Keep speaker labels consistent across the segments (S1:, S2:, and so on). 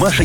S1: Маша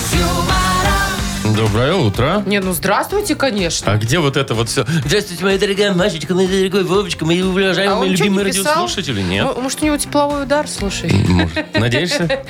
S2: Доброе утро.
S3: Не, ну здравствуйте, конечно.
S2: А где вот это вот все? Здравствуйте, моя дорогая Машечка, мой дорогой Вовочка, мои
S3: А
S2: уважаемые
S3: он чё,
S2: любимые
S3: не писал?
S2: радиослушатели. Нет.
S3: М- Может, у него тепловой удар, слушай.
S2: Может, Надеешься?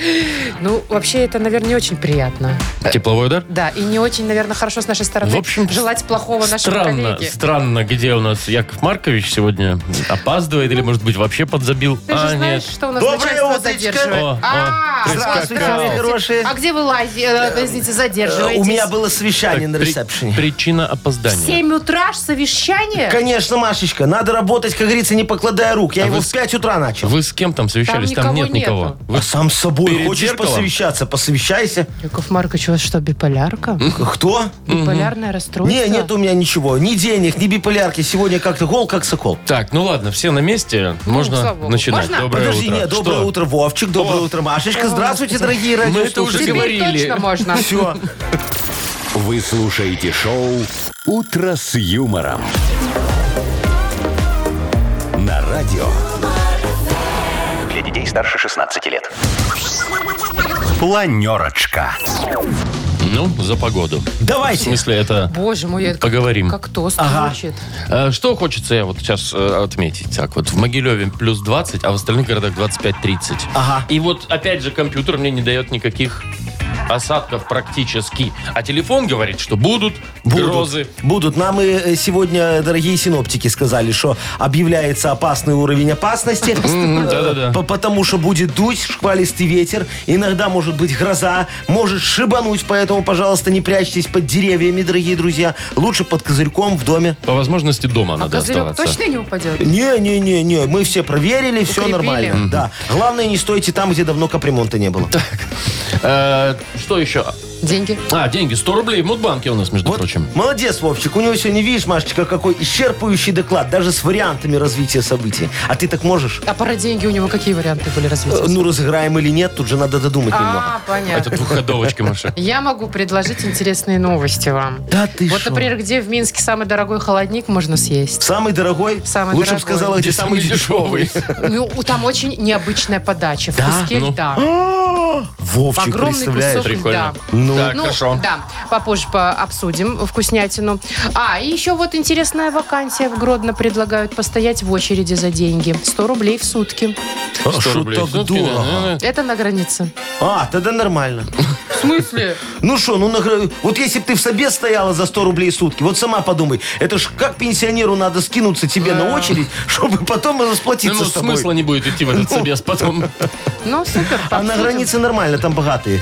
S3: Ну, вообще, это, наверное, не очень приятно.
S2: Тепловой удар?
S3: Да, и не очень, наверное, хорошо с нашей стороны
S2: В общем,
S3: желать плохого нашему
S2: Странно,
S3: коллеге.
S2: странно, где у нас Яков Маркович сегодня опаздывает или, может быть, вообще подзабил. А,
S3: Ты же знаешь, что у нас
S4: Доброе
S3: начальство
S4: утречко.
S3: задерживает.
S2: О,
S3: А,
S2: о, крыс
S4: Здравствуйте,
S2: какао.
S4: мои хорошие.
S3: А где вы лази- э, извините,
S4: Э,
S3: задерживаетесь?
S4: У меня было совещание на
S2: При-
S4: ресепшене.
S2: Причина
S3: В
S2: опоздания.
S3: 7 утра ж совещание?
S4: Конечно, Машечка, надо работать, как говорится, не покладая рук. Я
S2: А
S4: его
S2: вы
S4: в
S2: с-
S4: 5 утра начал.
S2: Вы с кем там совещались?
S3: Там
S2: Там
S3: никого
S2: нет никого.
S3: нету.
S2: Вы
S4: А сам с собой
S2: перед
S4: хочешь
S2: зеркалом?
S4: посовещаться? Посовещайся.
S3: Яков Маркович, у вас что, биполярка?
S4: Кто?
S3: Биполярное расстройство?
S4: Не, нет у меня ничего. Ни денег, ни биполярки. Сегодня как-то гол, как сокол.
S2: Так, ну ладно, все на месте. Можно
S3: слава богу.
S2: начинать.
S3: Можно?
S2: Доброе
S4: Подожди,
S2: утро.
S4: нет, доброе
S2: Что?
S4: утро, Вовчик, доброе утро, Машечка. Здравствуйте, дорогие
S2: Мы это уже
S3: Теперь
S4: радиослушатели.
S2: говорили.
S3: точно можно.
S4: Все.
S1: Вы слушаете шоу «Утро с юмором». На радио. Для детей старше 16 лет. Планерочка.
S2: Ну, за погоду. В
S4: Давайте.
S2: смысле, это...
S3: Боже мой, я как-
S2: Поговорим.
S3: Как тост
S4: Ага.
S3: звучит.
S2: Э, Что хочется я вот сейчас э, отметить? Так вот, в Могилеве плюс 20, а в остальных городах 25-30.
S4: Ага.
S2: И вот, опять же, компьютер мне не дает никаких осадков практически. А телефон говорит, что будут,
S4: Будут,
S2: грозы.
S4: будут. Нам и э, сегодня дорогие синоптики сказали, что объявляется опасный уровень опасности.
S2: М, да-да-да.
S4: П- Потому что будет дуть шквалистый ветер, иногда может быть гроза, может шибануть, поэтому, пожалуйста, не прячьтесь под деревьями, дорогие друзья. Лучше под козырьком в доме.
S2: По возможности дома
S3: А
S2: надо
S3: козырек
S2: оставаться.
S3: точно не
S4: Э,
S3: упадет?
S4: Не-не-не-не, мы все проверили, все
S3: Укрепили.
S4: нормально. Да. Главное, не стойте там, где давно капремонта не было.
S2: Э, что еще?
S3: Деньги.
S2: А, деньги. 100 рублей в Мудбанке у нас, между
S4: Вот
S2: прочим.
S4: молодец, Вовчик. У него сегодня, видишь, Машечка, какой исчерпывающий доклад, даже с вариантами развития событий. А ты так можешь?
S3: А про деньги у него какие варианты были
S4: Э,
S3: развития?
S4: Ну, разыграем или нет, тут же надо додумать немного.
S3: а, понятно.
S2: Это двухходовочка, Маша.
S3: Я могу предложить интересные новости вам.
S4: Да ты
S3: вот,
S4: шо?
S3: например, где в Минске самый дорогой холодник можно съесть?
S4: Самый дорогой?
S3: Самый
S4: Лучше бы
S3: дорогой.
S4: сказала, где самый дешевый.
S3: Ну, у- там очень необычная подача. В
S4: Да? А,
S3: куске
S2: Ну.
S3: льда.
S4: Вовчик,
S3: Огромный кусок
S4: представляешь?
S2: Прикольно.
S3: льда.
S4: Ну.
S2: так, хорошо.
S3: да, попозже по- обсудим вкуснятину. А, и еще вот интересная вакансия в Гродно предлагают постоять в очереди за деньги. 100 рублей в сутки.
S2: 100
S4: а Шо
S2: рублей.
S4: так
S2: Ну,
S4: дорого?
S2: да, да, да.
S3: Это на границе.
S4: А, тогда нормально.
S3: В смысле?
S4: Ну что, ну награ- вот если бы ты в собе стояла за 100 рублей в сутки, вот сама подумай, это ж как пенсионеру надо скинуться тебе на очередь, чтобы потом расплатиться
S2: Ну,
S4: с тобой.
S2: смысла не будет идти в этот собес потом.
S3: Ну, супер.
S4: А на
S3: обсудим.
S4: границе нормально, там богатые.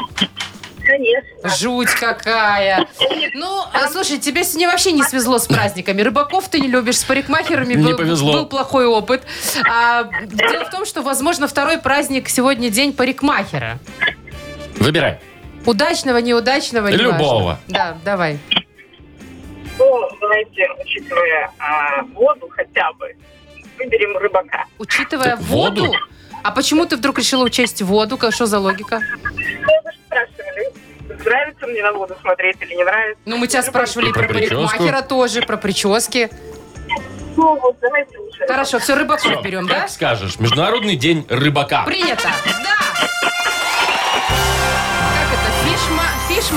S5: Конечно.
S3: Жуть какая. Ну, а, слушай, тебе сегодня вообще не свезло с праздниками. Рыбаков ты не любишь, с парикмахерами
S2: Не
S3: был,
S2: повезло.
S3: был плохой опыт. А, дело в том, что, возможно, второй праздник сегодня день парикмахера.
S2: Выбирай.
S3: Удачного, неудачного, не
S2: Любого.
S3: важно. Да, давай.
S5: Ну, знаете, учитывая а, воду хотя бы, выберем рыбака.
S3: Учитывая
S2: Так, воду?
S3: воду, а почему ты вдруг решила учесть воду? Как- Что за логика?
S5: Ну, вы же спрашивали, нравится мне на воду смотреть или не нравится.
S3: Ну, мы тебя спрашивали
S2: И
S3: и про,
S2: про прическу.
S3: парикмахера тоже, про прически.
S5: Ну, вот, давайте уже.
S3: Хорошо, все, рыбаков
S2: Всё,
S3: берем, да?
S2: Как скажешь. Международный день рыбака.
S3: Принято. Да. Как это? Фишма,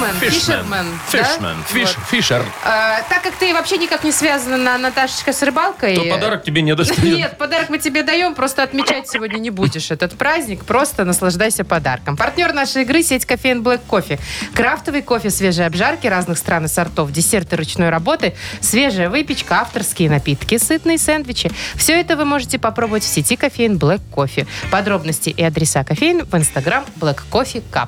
S3: фишмен? Фишермен. да?
S2: Фишмен. Фиш-
S3: Вот.
S2: Фишер.
S3: А, так как ты вообще никак не связана, на- Наташечка, с рыбалкой...
S2: То подарок тебе не даст.
S3: Э. Нет, подарок мы тебе даем, просто отмечать сегодня не будешь этот праздник, просто наслаждайся подарком. Партнер нашей игры – сеть кофеин Black Кофе. Крафтовый кофе, свежие обжарки разных стран и сортов, десерты ручной работы, свежая выпечка, авторские напитки, сытные сэндвичи. Все это вы можете попробовать в сети кофеин Black Кофе. Подробности и адреса кофеин в инстаграм Black Coffee Cup.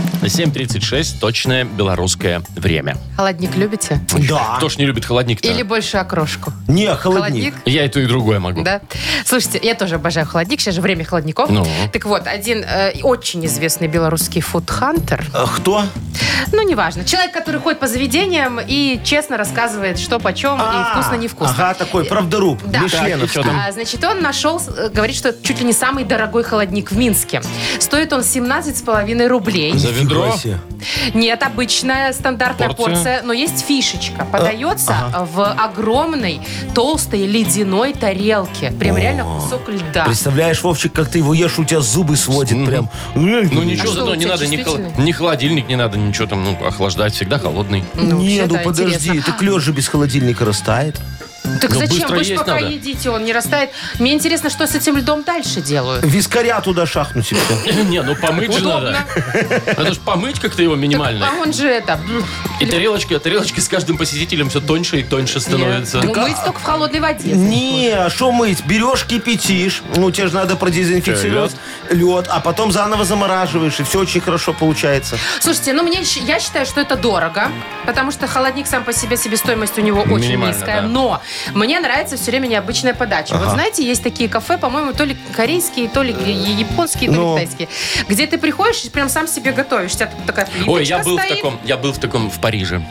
S2: 7.36, точное белорусское время.
S3: Холодник любите?
S4: Да.
S2: Кто ж не любит холодник-то?
S3: Или больше окрошку?
S4: Не, холодник.
S2: Я и то, и другое могу.
S3: Да. Слушайте, я тоже обожаю холодник. Сейчас же время холодников.
S2: Ну.
S3: Так вот, один э, очень известный белорусский фудхантер,
S4: А Кто?
S3: ну, неважно, человек, который ходит по заведениям и честно рассказывает, что почем и
S4: А,
S3: вкусно, невкусно. Э,
S4: Ага, такой правдоруб.
S3: Да.
S4: Мишленов.
S2: Так, и чё там?
S3: А, Значит, он нашел, э, говорит, что это чуть ли не самый дорогой холодник в Минске. Стоит он 17,5 рублей.
S2: За ведро?
S4: Нифига себе.
S3: Нет, обычная стандартная
S2: Порция?
S3: порция, но есть фишечка. Подается
S4: ага.
S3: э, в огромной, толстой, ледяной тарелке. Прям реально кусок льда.
S4: Представляешь, Вовчик, как ты его ешь, у тебя зубы сводит
S2: Мгм.
S4: прям.
S2: Ну ничего,
S3: что,
S2: зато
S3: у
S2: не
S3: тебя
S2: надо ни, хол-
S3: чувствительный?
S2: ни холодильник, не надо ничего там ну, охлаждать, всегда холодный.
S4: Не,
S3: вообще,
S4: ну
S3: да,
S4: подожди,
S3: интересно.
S4: так лед же без холодильника растает.
S3: Так
S2: Ну,
S3: зачем?
S2: быстро
S3: Вы ж
S2: есть
S3: пока
S2: надо.
S3: едите, он не растает. Мне интересно, что с этим льдом дальше делают.
S4: Вискаря туда шахнуть и все.
S2: Не, ну помыть же
S3: Удобно.
S2: надо. Надо же помыть как-то его минимально.
S3: А он же это... м,
S2: И тарелочки, тарелочки с каждым посетителем все тоньше и тоньше становятся.
S3: ну, мыть только в холодной воде.
S4: Не, а что мыть? Берешь, кипятишь. Ну, тебе же надо продезинфицировать лед, а потом заново замораживаешь, и все очень хорошо получается.
S3: Слушайте, ну мне щ- я считаю, что это дорого, потому что холодник сам по себе себестоимость у него очень
S2: Минимально,
S3: низкая.
S2: да.
S3: Но мне нравится все время необычная подача. Вот знаете, есть такие кафе, по-моему, то ли корейские, то ли я- японские, то
S4: Э, ну.
S3: ли китайские, где ты приходишь и прям сам себе готовишь. У тебя тут такая
S2: Ой, я был в
S3: плиточка стоит.
S2: таком, я был в таком в Париже.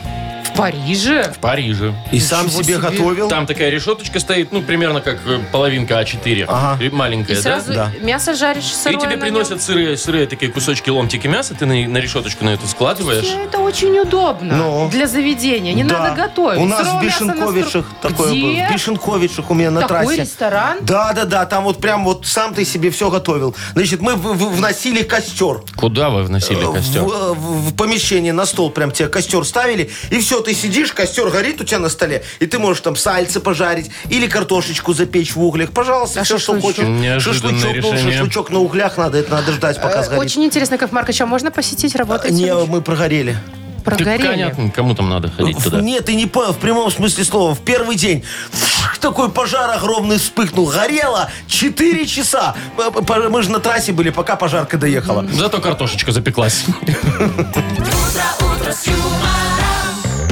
S2: В
S3: В Париже?
S2: В Париже.
S4: И сам
S3: Ничего
S4: себе
S3: себе.
S4: готовил?
S2: Там такая решеточка стоит, ну, примерно как э, половинка А4.
S4: Ага.
S2: И
S3: И
S2: Маленькая, да?
S3: сразу
S4: Да.
S3: мясо жаришь сырое
S2: И тебе
S3: на нем.
S2: приносят сырые, сырые такие кусочки, ломтики мяса, ты на, на решеточку на эту складываешь.
S3: Слушай, Ну, Это очень удобно
S4: Ну.
S3: для заведения. Не
S4: Да.
S3: надо готовить.
S4: У нас
S3: Сырого
S4: в
S3: мяса на
S4: Бешенковичах
S3: стру-
S4: такое
S3: Где?
S4: было. В Бешенковичах у меня на
S3: Такой
S4: трассе.
S3: ресторан?
S4: Да, да, да. Там вот прям вот сам ты себе все готовил. Значит, мы в- в- вносили костер.
S2: Куда вы вносили костер?
S4: Э, В, в- в помещение на стол прям тебе костер ставили, и все, ты сидишь, костер горит у тебя на столе, и ты можешь там сальцы пожарить или картошечку запечь в углях. Пожалуйста,
S3: А
S4: все, что
S3: шашлычок?
S4: хочешь.
S2: Неожиданное
S4: шашлычок, ну,
S2: решение.
S4: шашлычок на углях надо, это надо ждать, пока сгорит.
S3: Э, Очень интересно, как Маркович, а можно посетить, работать?
S4: Не, мы прогорели.
S2: Так
S3: Прогорели.
S2: понятно, кому там надо ходить
S4: В-
S2: туда.
S4: Нет, ты не понял, в прямом смысле слова. В первый день фш, такой пожар огромный вспыхнул. Горело 4 часа. Э, П- п- Мы же на трассе были, пока пожарка доехала.
S2: Зато картошечка запеклась.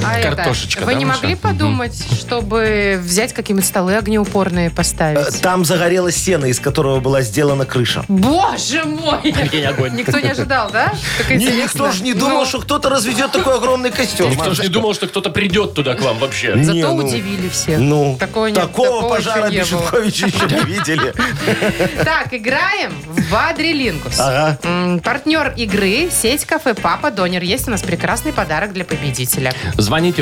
S3: А это,
S2: Картошечка, да,
S3: Вы не
S4: ну
S2: Маша?
S3: могли подумать, чтобы взять какие-нибудь столы огнеупорные
S4: Э,
S3: поставить?
S4: Там загорелась сена, из которого была сделана крыша.
S3: Боже мой! Никто не ожидал, да? Так
S4: Ни-
S3: интересно.
S4: никто же не думал,
S3: Ну,
S4: что кто-то разведет такой огромный костер.
S2: Никто же не
S4: Машечка.
S2: думал, что кто-то придет туда к вам вообще.
S4: Не,
S3: Зато
S4: ну,
S3: удивили всех.
S4: Ну,
S3: такого нет,
S4: такого
S3: такого
S4: пожара
S3: еще не было.
S4: Бешенковича еще не видели.
S3: Так, играем в Бадрилингус.
S4: Ага.
S3: М, Партнер игры сеть кафе Папа Донер. Есть у нас прекрасный подарок для победителя.
S2: Звоните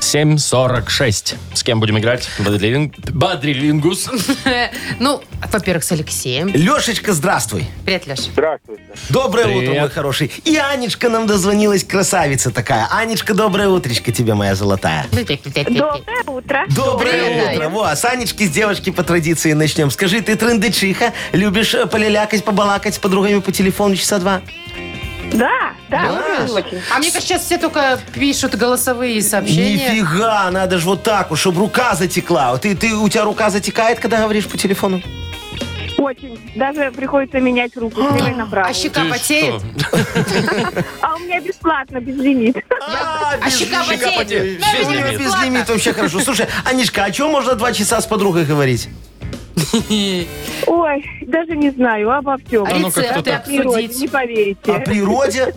S2: 746. С кем будем играть? Бадрилин- Бадрилингус.
S3: Ну, во-первых, с Алексеем.
S4: Лешечка, здравствуй.
S3: Привет, Леша.
S4: Доброе
S2: Привет.
S4: утро, мой хороший. И Анечка нам дозвонилась, красавица такая. Анечка, доброе утречко тебе, моя золотая.
S6: Доброе утро.
S4: Доброе
S3: Доброе.
S4: утро. Во, с Анечки, с девочки по традиции начнем. Скажи, ты трындычиха, любишь э, полялякать, побалакать с подругами по телефону часа два?
S6: Да, да, очень.
S3: А мне кажется, сейчас все только пишут голосовые сообщения.
S4: Нифига, надо же вот так вот, чтобы рука затекла. Вот Ты, ты, у тебя рука затекает, когда говоришь по телефону?
S6: Очень. Даже приходится менять руку с левой на
S3: А
S6: правую.
S3: щека
S2: Ты
S3: потеет?
S2: что?
S6: А у меня бесплатно, без лимит.
S4: А, без
S3: щека
S4: лимит.
S3: потеет.
S2: потеет.
S4: Щека
S2: Без
S4: у нее
S2: лимит.
S4: без лимит, вообще хорошо. Слушай, Анечка, о чем можно два часа с подругой говорить?
S6: Ой, даже не знаю, обо всем.
S3: А
S2: ну как-то
S3: рецепты
S2: так.
S6: Природе, не
S3: обсудить?
S4: О
S6: поверите.
S4: природе?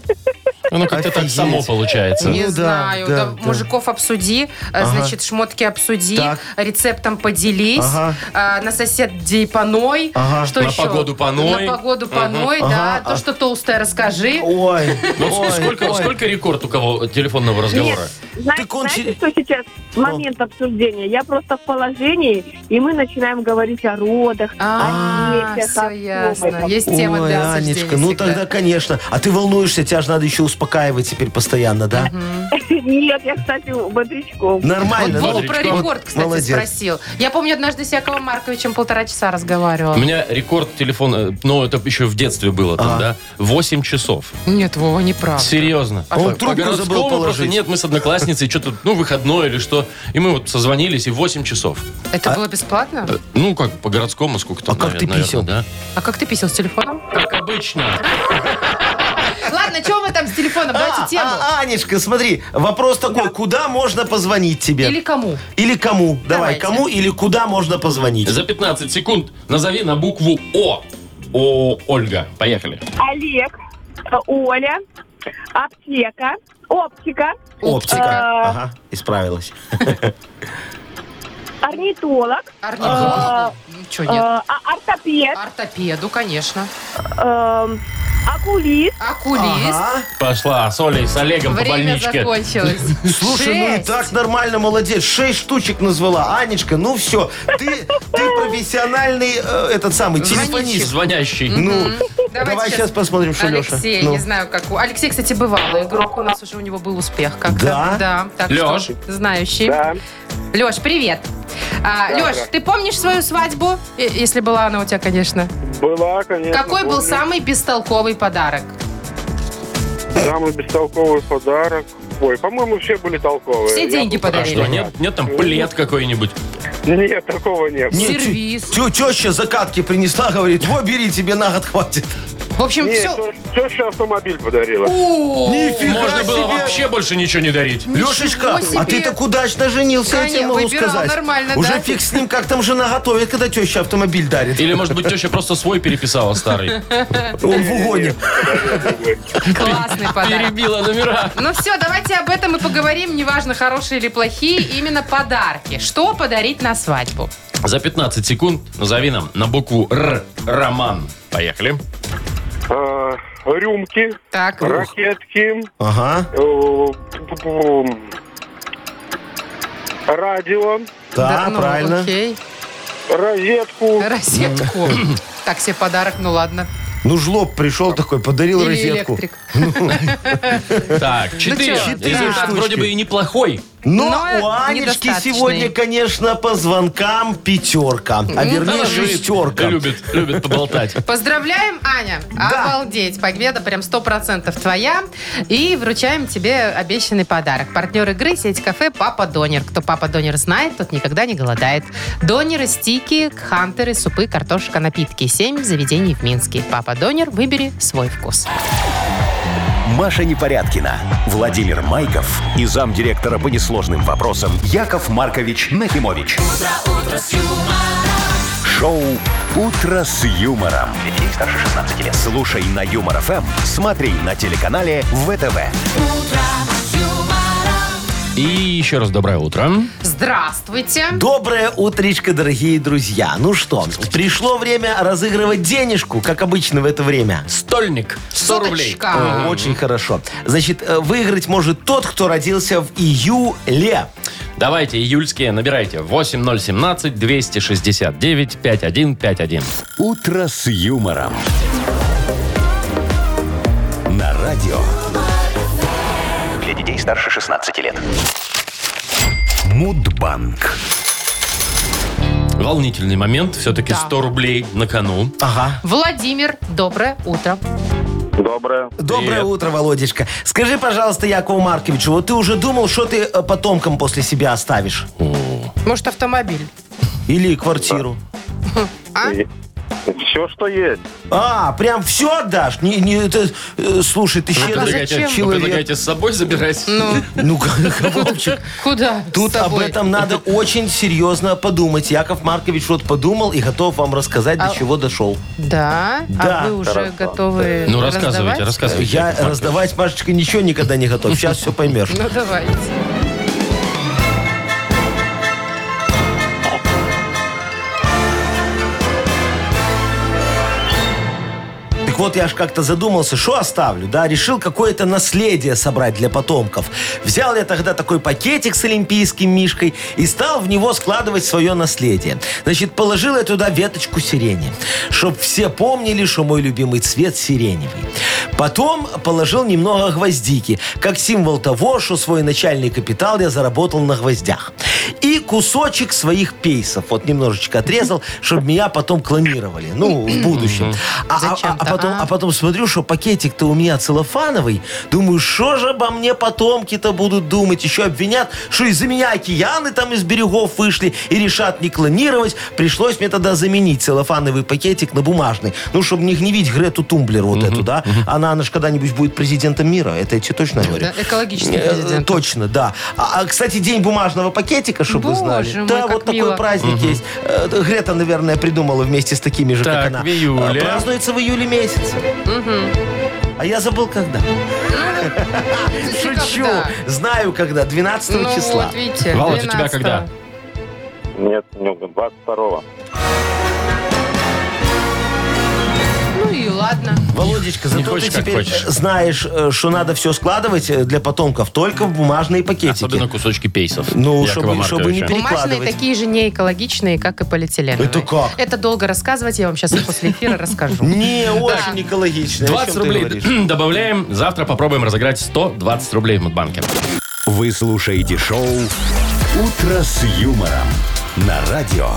S2: Оно Ну, как-то так
S4: Офигеть.
S2: само получается.
S4: Ну
S3: Не
S4: да,
S3: знаю.
S4: да,
S3: да,
S4: да.
S3: Мужиков обсуди, э,
S4: Ага.
S3: значит, шмотки обсуди,
S4: Так.
S3: рецептом поделись,
S4: Ага.
S3: э, на сосед дейпаной,
S4: Ага.
S3: что
S2: На
S3: еще?
S2: погоду поной.
S3: На погоду поной, да. То, что толстое, расскажи.
S4: Ой,
S2: Ну,
S4: ой,
S2: сколько,
S4: ой.
S2: сколько рекорд у кого телефонного разговора?
S6: Знаете,
S4: Так он
S6: знаете,
S4: через-
S6: что сейчас? Момент обсуждения. Я просто в положении, и мы начинаем говорить о родах.
S3: А,
S6: о детях,
S3: все
S6: о всём
S3: ясно.
S6: этом.
S3: Есть тема
S4: Ой,
S3: для обсуждения
S4: Анечка, ну
S3: всегда.
S4: тогда, конечно. А ты волнуешься, тебя же надо еще успокаивать теперь постоянно, да?
S6: Нет, я, кстати, бодрячком.
S4: Нормально.
S3: Вот
S4: ну,
S3: Вова про рекорд, кстати,
S4: молодец.
S3: спросил. Я помню, однажды с Яковом Марковичем полтора часа разговаривала.
S2: У меня рекорд телефона, э, ну, это еще в детстве было
S4: А.
S2: там, да? 8 часов.
S3: Нет, Вова, не прав.
S2: Серьезно.
S4: он
S2: По- по
S4: А трубку забыл
S2: городскому просто
S4: положить.
S2: Нет, мы с одноклассницей что-то, ну, выходное или что. И мы вот созвонились, и 8 часов.
S3: Это было бесплатно?
S2: Э, Ну, как по городскому сколько там,
S4: А как ты
S2: наверное,
S4: писал?
S2: да?
S3: А как ты писал с телефоном?
S2: Как обычно.
S3: Ладно, чего мы там с телефоном?
S4: А,
S3: Давайте тему.
S4: а, Анечка, смотри, вопрос такой, куда можно позвонить тебе?
S3: Или кому?
S4: Или кому? Давай,
S3: Давайте.
S4: кому или куда можно позвонить?
S2: За 15 секунд назови на букву О. О, Ольга. Поехали.
S6: Олег, э, Оля, аптека, оптика,
S5: А.
S4: Оптика. Ага, исправилась.
S6: э, орнитолог,
S3: Орнитологу? Ничего
S6: э,
S3: нет.
S6: а- ортопед,
S3: Ортопеду, конечно.
S6: эм, окулист.
S3: Окулист.
S4: Ага.
S2: Пошла с Олей, с Олегом по
S3: Время
S2: больничке.
S3: закончилось.
S4: Слушай, ну и
S3: Шесть.
S4: так нормально, молодец. Шесть штучек назвала. Анечка, ну все, ты, ты профессиональный э, этот самый телефонист.
S2: Звонящий.
S4: Ну,
S3: Давайте
S4: давай
S3: сейчас
S4: сейчас посмотрим, что Ну. Леша.
S3: Алексей, не знаю, как... у- Алексей, кстати, бывалый игрок. У нас уже у него был успех. Как
S4: Да?
S3: Да. Так
S2: Лёш.
S3: что, знающий. Леш, привет. А, Леш, ты помнишь свою свадьбу? Э, Если была она у тебя, конечно.
S7: Была, конечно.
S3: Какой был
S7: помню.
S3: самый бестолковый подарок?
S7: Самый бестолковый подарок. Ой, по-моему, все были толковые.
S3: Все
S7: Я
S3: деньги
S7: был прав.
S2: А
S3: подарили.
S2: что, нет, нет там плед какой-нибудь?
S7: Нет, такого не было.
S3: Сервис.
S4: Теща закатки принесла, говорит, во, бери, тебе на год хватит.
S3: В общем,
S7: Нет,
S3: все,
S7: то, Теща автомобиль подарила.
S4: Нифига
S2: Можно
S4: себе!
S2: было вообще больше ничего не дарить.
S4: Лешечка,
S3: Ничего
S4: а
S3: себе!
S4: ты так удачно женился, я тебе
S3: Конечно,
S4: могу
S3: выбирал
S4: сказать.
S3: нормально,
S4: Уже
S3: да?
S4: фиг с ним, как там жена готовит, когда теща автомобиль дарит.
S2: Или, может быть, теща просто свой переписала старый.
S4: Он в угоне.
S7: Подарила другой.
S3: Классный подарок.
S2: Перебила номера.
S3: Ну все, давайте об этом и поговорим, неважно, хорошие или плохие, именно подарки. Что подарить на свадьбу?
S2: За 15 секунд назови нам на букву Р Роман. Поехали.
S7: А, Рюмки,
S3: Так, ну.
S7: ракетки,
S4: Ага,
S7: э, пу-пу-пу, радио,
S4: да,
S3: ну,
S4: правильно.
S3: окей.
S7: розетку.
S3: Розетку. Так, себе подарок, ну ладно.
S4: Ну, жлоб пришел такой, подарил
S3: Или
S4: розетку.
S3: электрик.
S2: Так, 4.
S3: чё,
S4: четыре
S2: Результат
S4: штучки.
S2: вроде бы и неплохой.
S4: Но,
S3: Но
S4: у Анечки
S3: недостаточный.
S4: сегодня, конечно, по звонкам пятерка. А вернее, шестерка.
S2: Любит, любит поболтать.
S3: Поздравляем, Аня. Обалдеть. Победа прям 100% твоя. И вручаем тебе обещанный подарок. Партнер игры сеть кафе «Папа Донер». Кто «Папа Донер» знает, тот никогда не голодает. Донеры, стики, хантеры, супы, картошка, напитки. Семь заведений в Минске. «Папа Донер» выбери свой вкус.
S1: Маша Непорядкина, Владимир Майков и замдиректора по несложным вопросам Яков Маркович Нахимович. Шоу Утро с юмором. Детей старше 16 лет. Слушай на юмор ФМ, смотри на телеканале ВТВ.
S2: И еще раз доброе утро.
S3: Здравствуйте.
S4: Доброе утречко, дорогие друзья. Ну что, пришло время разыгрывать денежку, как обычно в это время.
S2: Стольник. 100 рублей.
S3: Соточка.
S4: О, Очень хорошо. Значит, э, выиграть может тот, кто родился в июле.
S2: Давайте, июльские, набирайте. 8017-269-5151.
S1: Утро с юмором. На радио
S8: Для детей старше 16 лет.
S1: Мудбанк.
S2: Волнительный момент. Все-таки
S3: Да.
S2: 100 рублей на кону.
S4: Ага.
S3: Владимир, доброе утро.
S7: Доброе.
S4: Доброе
S2: Привет.
S4: утро, Володечка. Скажи, пожалуйста, Якову Марковичу, вот ты уже думал, что ты э, потомкам после себя оставишь?
S3: Может, автомобиль?
S4: Или квартиру?
S3: А?
S7: Все, что есть.
S4: А, прям все отдашь? Не, не, это, э, слушай, ты
S2: Вы
S4: щедрый
S2: предлагаете,
S3: зачем?
S2: вы
S4: человек.
S2: предлагаете с собой забирать?
S3: Ну,
S4: Ну, Вовчик,
S3: куда?
S4: Тут
S3: с
S4: об
S3: собой?
S4: этом надо очень серьезно подумать. Яков Маркович вот подумал и готов вам рассказать,
S3: А-
S4: до чего дошел.
S3: Да?
S4: Да.
S3: А вы уже готовы
S2: Ну,
S3: раздавать?
S2: рассказывайте, рассказывайте.
S4: Я
S2: Яков Маркович.
S4: раздавать, Машечка, ничего никогда не готов. Сейчас все поймешь.
S3: Ну, давайте.
S4: Так вот, я ж как-то задумался, что оставлю, да? Решил какое-то наследие собрать для потомков. Взял я тогда такой пакетик с олимпийским мишкой и стал в него складывать свое наследие. Значит, положил я туда веточку сирени, чтобы все помнили, что мой любимый цвет сиреневый. Потом положил немного гвоздики, как символ того, что свой начальный капитал я заработал на гвоздях. И кусочек своих пейсов, вот немножечко отрезал, чтобы меня потом клонировали, ну, в будущем. А- а- а,
S3: Зачем-то,
S4: а потом,
S3: а?
S4: а потом смотрю, что пакетик-то у меня целлофановый. Думаю, что же обо мне потомки-то будут думать? Еще обвинят, что из-за меня океаны там из берегов вышли и решат не клонировать. Пришлось мне тогда заменить целлофановый пакетик на бумажный. Ну, чтобы не гневить Грету Тумблер вот эту, да? Она, она же когда-нибудь будет президентом мира. Это я тебе точно говорю.
S3: Да, экологичный
S4: Э,
S3: президент.
S4: Точно, да. А, а, кстати, день бумажного пакетика, чтобы вы
S3: Боже
S4: знали.
S3: мой,
S4: да,
S3: как
S4: вот
S3: мило.
S4: такой праздник есть. Э, Грета, наверное, придумала вместе с такими же,
S2: Так,
S4: как она.
S2: в июле.
S4: Э, Празднуется в июле месяце. А я забыл, когда. Шучу.
S3: Ну, Когда?
S4: Знаю, когда. 12
S3: Ну,
S4: числа.
S3: вот видите,
S2: Володь, у тебя
S3: 12-го.
S2: когда?
S7: Нет, 22-го.
S3: Ну и ладно.
S4: Володечка, зато
S2: хочешь,
S4: ты
S2: как
S4: теперь
S2: хочешь.
S4: знаешь, э, что надо все складывать э, для потомков только в бумажные пакетики.
S2: Особенно кусочки пейсов.
S4: Ну,
S2: Якова
S4: чтобы- чтобы не
S2: Марковича.
S4: пере-
S3: Бумажные
S4: Перекладывать.
S3: такие же не экологичные, как и полиэтиленовые.
S4: Это как?
S3: Это долго рассказывать, я вам сейчас после эфира расскажу.
S4: Не, очень экологично. О
S2: 20
S4: чем ты
S2: рублей
S4: говоришь?
S2: добавляем. Завтра попробуем разыграть 120 рублей в Мудбанке.
S1: Вы слушаете шоу Утро с юмором. На радио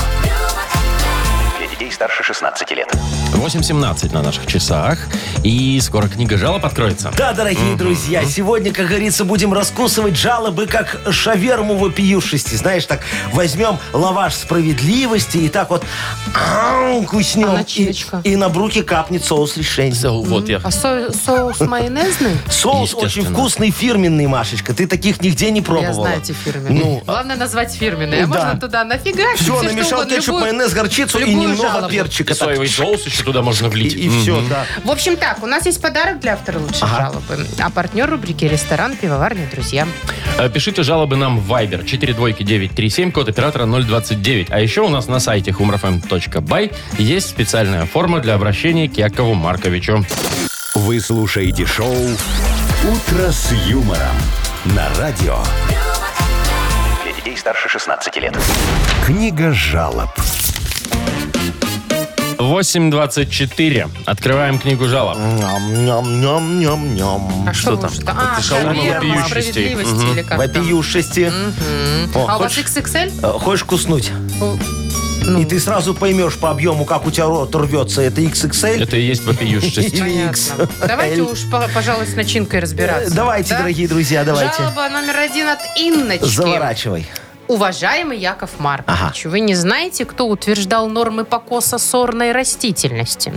S8: Для детей старше 16 лет.
S2: 8.17 на наших часах. И скоро книга жалоб откроется.
S4: Да, дорогие друзья, сегодня, как говорится, будем раскусывать жалобы, как шаверму вопиюшести. Знаешь, так возьмем лаваш справедливости и так вот ам, куснем.
S3: А
S4: и,
S3: начиночка?
S4: и на бруки капнет соус решения.
S2: So, вот я.
S3: А со- соус майонезный?
S4: Соус очень
S2: Естественно.
S4: пробный, фирменный, Машечка. Ты таких нигде не пробовала.
S3: Я знаю эти фирменные.
S4: Ну, а-
S3: Главное назвать фирменные. А
S4: Да.
S3: можно туда нафига?
S4: Все, намешал кетчуп, майонез, горчицу и немного
S2: И
S4: перчика. так.
S2: соевый соус еще туда можно
S4: И,
S2: влить.
S4: все, да.
S3: В общем так, у нас есть подарок для автора лучшей жалобы. А партнер рубрики «Ресторан, пивоварня, друзья».
S2: Э, Пишите жалобы нам в Viber 42937, код оператора 029. А еще у нас на сайте humorfm.by есть специальная форма для обращения к Якову Марковичу.
S1: Вы слушаете шоу «Утро с юмором» на радио.
S8: Для детей старше 16 лет.
S1: Книга жалоб.
S2: 8.24. Открываем книгу жалоб.
S4: Ням-ням-ням-ням.
S3: А что там? А,
S2: шаурма
S3: шаверма
S2: вопиющести.
S3: справедливости или как там?
S4: Вопиюшести. О,
S3: А у вас
S4: хочешь-
S3: XXL?
S4: Э, Хочешь куснуть? И ты сразу поймешь по объему, как у тебя рот рвется. Это XXL?
S2: Это и есть вопиющесть.
S4: Или X.
S3: Понятно. Давайте уж, по- пожалуй, с начинкой разбираться.
S4: Э, Давайте,
S3: Да?
S4: дорогие друзья, давайте.
S3: Жалоба номер один от Инночки.
S4: Заворачивай.
S3: Уважаемый Яков Маркович, вы не знаете, кто утверждал нормы покоса сорной растительности?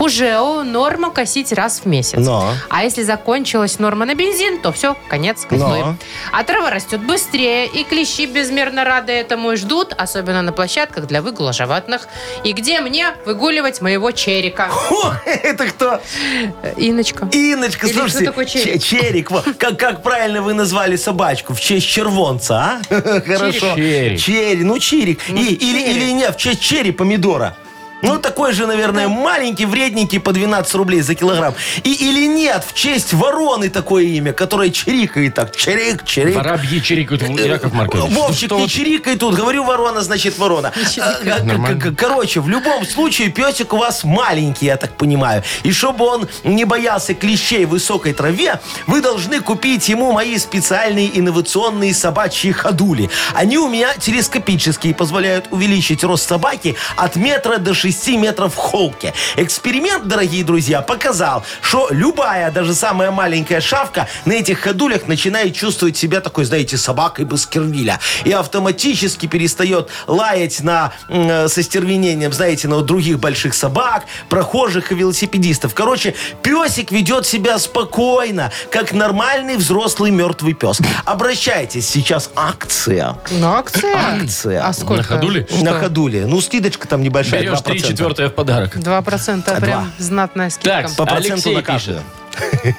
S3: У ЖЭО норма косить раз в месяц.
S4: Но.
S3: А если закончилась норма на бензин, то все, конец козлы.
S4: Но.
S3: А трава растет быстрее, и клещи безмерно рады этому и ждут, особенно на площадках для выгула животных. И где мне выгуливать моего черика?
S4: О, это кто?
S3: Э, Иночка.
S4: Иночка,
S3: Или
S4: слушайте.
S3: кто такой Черик?
S4: Че- Черик, во. Как, как правильно вы назвали собачку? В честь червонца, а? Хорошо.
S2: Черик.
S4: Черри, ну чирик. И- или, или не, в честь черри помидора. Ну, такой же, наверное, маленький, вредненький по 12 рублей за килограмм. И, или нет, в честь вороны такое имя, которое чирикает так. Чирик, чирик.
S2: Воробьи чирикают. Яков Маркович.
S4: Э, Вовчик,
S2: ну
S4: не
S2: что
S4: чирикай тут. Говорю ворона, значит ворона. А, а, к-
S2: Нормально.
S4: к- Короче, в любом случае песик у вас маленький, я так понимаю. И чтобы он не боялся клещей в высокой траве, вы должны купить ему мои специальные инновационные собачьи ходули. Они у меня телескопические, позволяют увеличить рост собаки от метра до 6 метров в холке. Эксперимент, дорогие друзья, показал, что любая, даже самая маленькая шавка на этих ходулях начинает чувствовать себя такой, знаете, собакой Баскервилля. И автоматически перестает лаять на, м, э, со стервенением, знаете, на вот других больших собак, прохожих и велосипедистов. Короче, песик ведет себя спокойно, как нормальный взрослый мертвый пес. Обращайтесь, сейчас акция.
S3: Ну, акция.
S4: Акция.
S3: А сколько?
S2: На ходули?
S3: Что?
S4: На ходуле. Ну, скидочка там небольшая,
S2: Берешь
S4: 2%.
S2: три четвертое в подарок.
S3: 2%
S4: Два.
S3: прям знатная скидка.
S2: Так,
S4: По проценту
S2: Алексей
S4: на
S2: пишет.
S4: каждую.